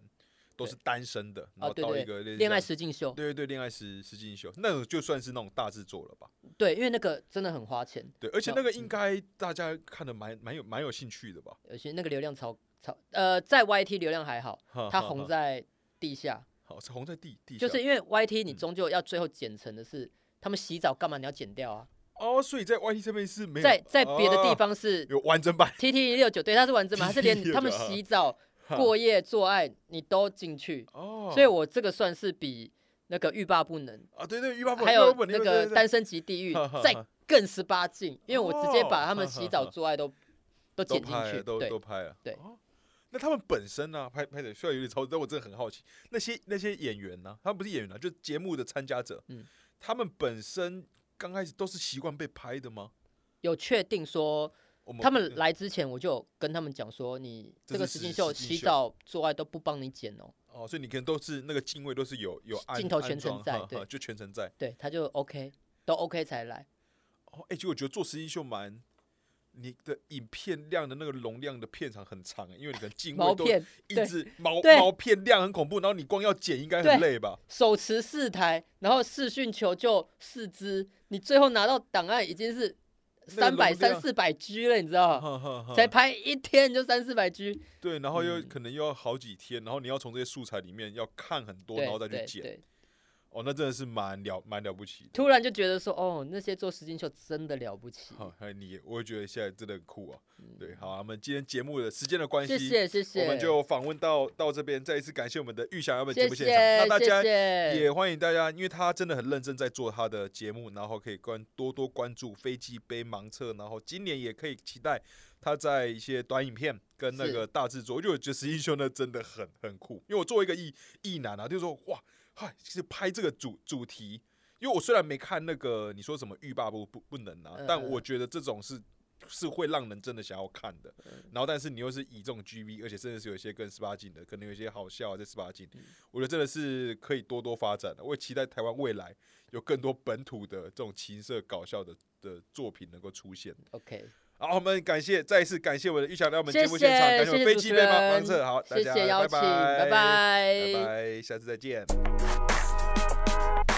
S1: 都
S2: 对
S1: 是单身的，然
S2: 啊，
S1: 后
S2: 对
S1: 到一个
S2: 对
S1: 类似
S2: 恋爱
S1: 像
S2: 实境秀，
S1: 对对对恋爱实实境秀那种就算是那种大制作了吧？
S2: 对，因为那个真的很花钱，
S1: 对，而且
S2: 那
S1: 那
S2: 嗯
S1: 个应该大家看的蛮蛮有蛮有兴趣的吧？
S2: 而且那个流量超超呃，在 YT 流量还好，
S1: 哈
S2: 它
S1: 啊哈
S2: 红
S1: 哈
S2: 在地下，
S1: 好是红在地地
S2: 就
S1: 下
S2: 是因为 YT 你
S1: 嗯
S2: 终究要最后剪成的是他们洗澡干嘛你要剪掉啊，
S1: 哦，所以在 YT 上面是没有
S2: 在在别的地
S1: 啊
S2: 方是
S1: 有完整版
S2: TT 一六九，对，它是完整嘛，它是连
S1: TT169
S2: 他们
S1: 啊
S2: 洗澡、过夜、做爱你都进去，
S1: 哦，
S2: 所以我这个算是比那个欲罢不能。
S1: 啊对对欲罢不能
S2: 还
S1: 欲罢
S2: 有
S1: 不能
S2: 那
S1: 对对
S2: 个
S1: 对
S2: 单身级地狱再更十八禁，因为我直接
S1: 哦
S2: 把他们洗澡做爱都
S1: 都
S2: 都剪进
S1: 拍
S2: 去，
S1: 了，都
S2: 对
S1: 都，拍了。
S2: 对
S1: 哦，那他们本身呢、拍拍的虽然有点超，但我真的很好奇，那些那些演员呢、他们不是演员啊，就是节目的参加者，
S2: 嗯
S1: 他们本身刚开始都是习惯被拍的吗？
S2: 有确定说
S1: 我
S2: 他们来之前，我就有跟他们讲说，你
S1: 这
S2: 这个
S1: 是
S2: 实境
S1: 实
S2: 秀
S1: 实境
S2: 洗
S1: 秀
S2: 澡做爱都不帮你剪哦，
S1: 哦，所以你可能都是那个敬畏都是有有安
S2: 镜头全程
S1: 安装呵
S2: 在
S1: 呵
S2: 对
S1: 就全程在。
S2: 对，他就 OK，都 OK 才来，
S1: 哦，哎、其实我觉得做实境秀蛮。你的影片量的那个容量的片长很长、欸因为你可能敬畏
S2: 毛
S1: 都
S2: 片
S1: 一
S2: 对
S1: 直毛
S2: 对
S1: 毛片量很恐怖，然后你光要剪应该很
S2: 对
S1: 累吧？
S2: 手持四台，然后视讯求救四支，你最后拿到档案已经是
S1: 那个
S2: 三
S1: 容
S2: 百三
S1: 量
S2: 四百 G 了，你知道吗？
S1: 呵呵呵
S2: 才拍一天就三四百 G，
S1: 对，然后又
S2: 嗯
S1: 可能又要好几天，然后你要从这些素材里面要看很多，
S2: 对
S1: 然后再去
S2: 对
S1: 剪。
S2: 对，
S1: 哦，那真的是蛮了蛮了不起的。
S2: 突然就觉得说，哦，那些做实境秀真的了不起。
S1: 好，还有你我也觉得现在真的很酷啊。
S2: 嗯
S1: 对，好，我们今天节目的时间的关系，
S2: 谢谢谢谢，
S1: 我们就访问到到这边，再一次感谢我们的玉祥他们节
S2: 谢
S1: 目
S2: 谢
S1: 现场。那大家
S2: 谢谢
S1: 也欢迎大家，因为他真的很认真在做他的节目，然后可以关多多关注飞机杯盲测，然后今年也可以期待他在一些短影片跟那
S2: 是
S1: 个大制作，因为我觉得实英秀呢真的很很酷，因为我作为一个艺艺男啊，就说哇，嗨，其实拍这个主主题。因为我虽然没看那个你说什么欲罢不不不能啊，
S2: 嗯
S1: 但
S2: 嗯
S1: 我觉得这种是是会让人真的想要看的。
S2: 嗯
S1: 然后但是你又是以这种 GV，而且真的是有一些跟十八禁的，可能有一些好笑啊，在十八
S2: 嗯
S1: 禁，我觉得真的是可以多多发展的。我也期待台湾未来有更多本土的这种情色搞笑的的作品能够出现。
S2: OK，
S1: 好，我们感谢再一次感谢我的玉霞来我们节
S2: 谢
S1: 目现场，感
S2: 谢
S1: 谢我们
S2: 谢
S1: 飞
S2: 谢
S1: 机
S2: 主持
S1: 杯吗？黄
S2: 人
S1: 色，好，，大
S2: 谢
S1: 家
S2: 谢邀请，
S1: 拜拜
S2: 拜拜
S1: 拜，下次再见。
S2: 拜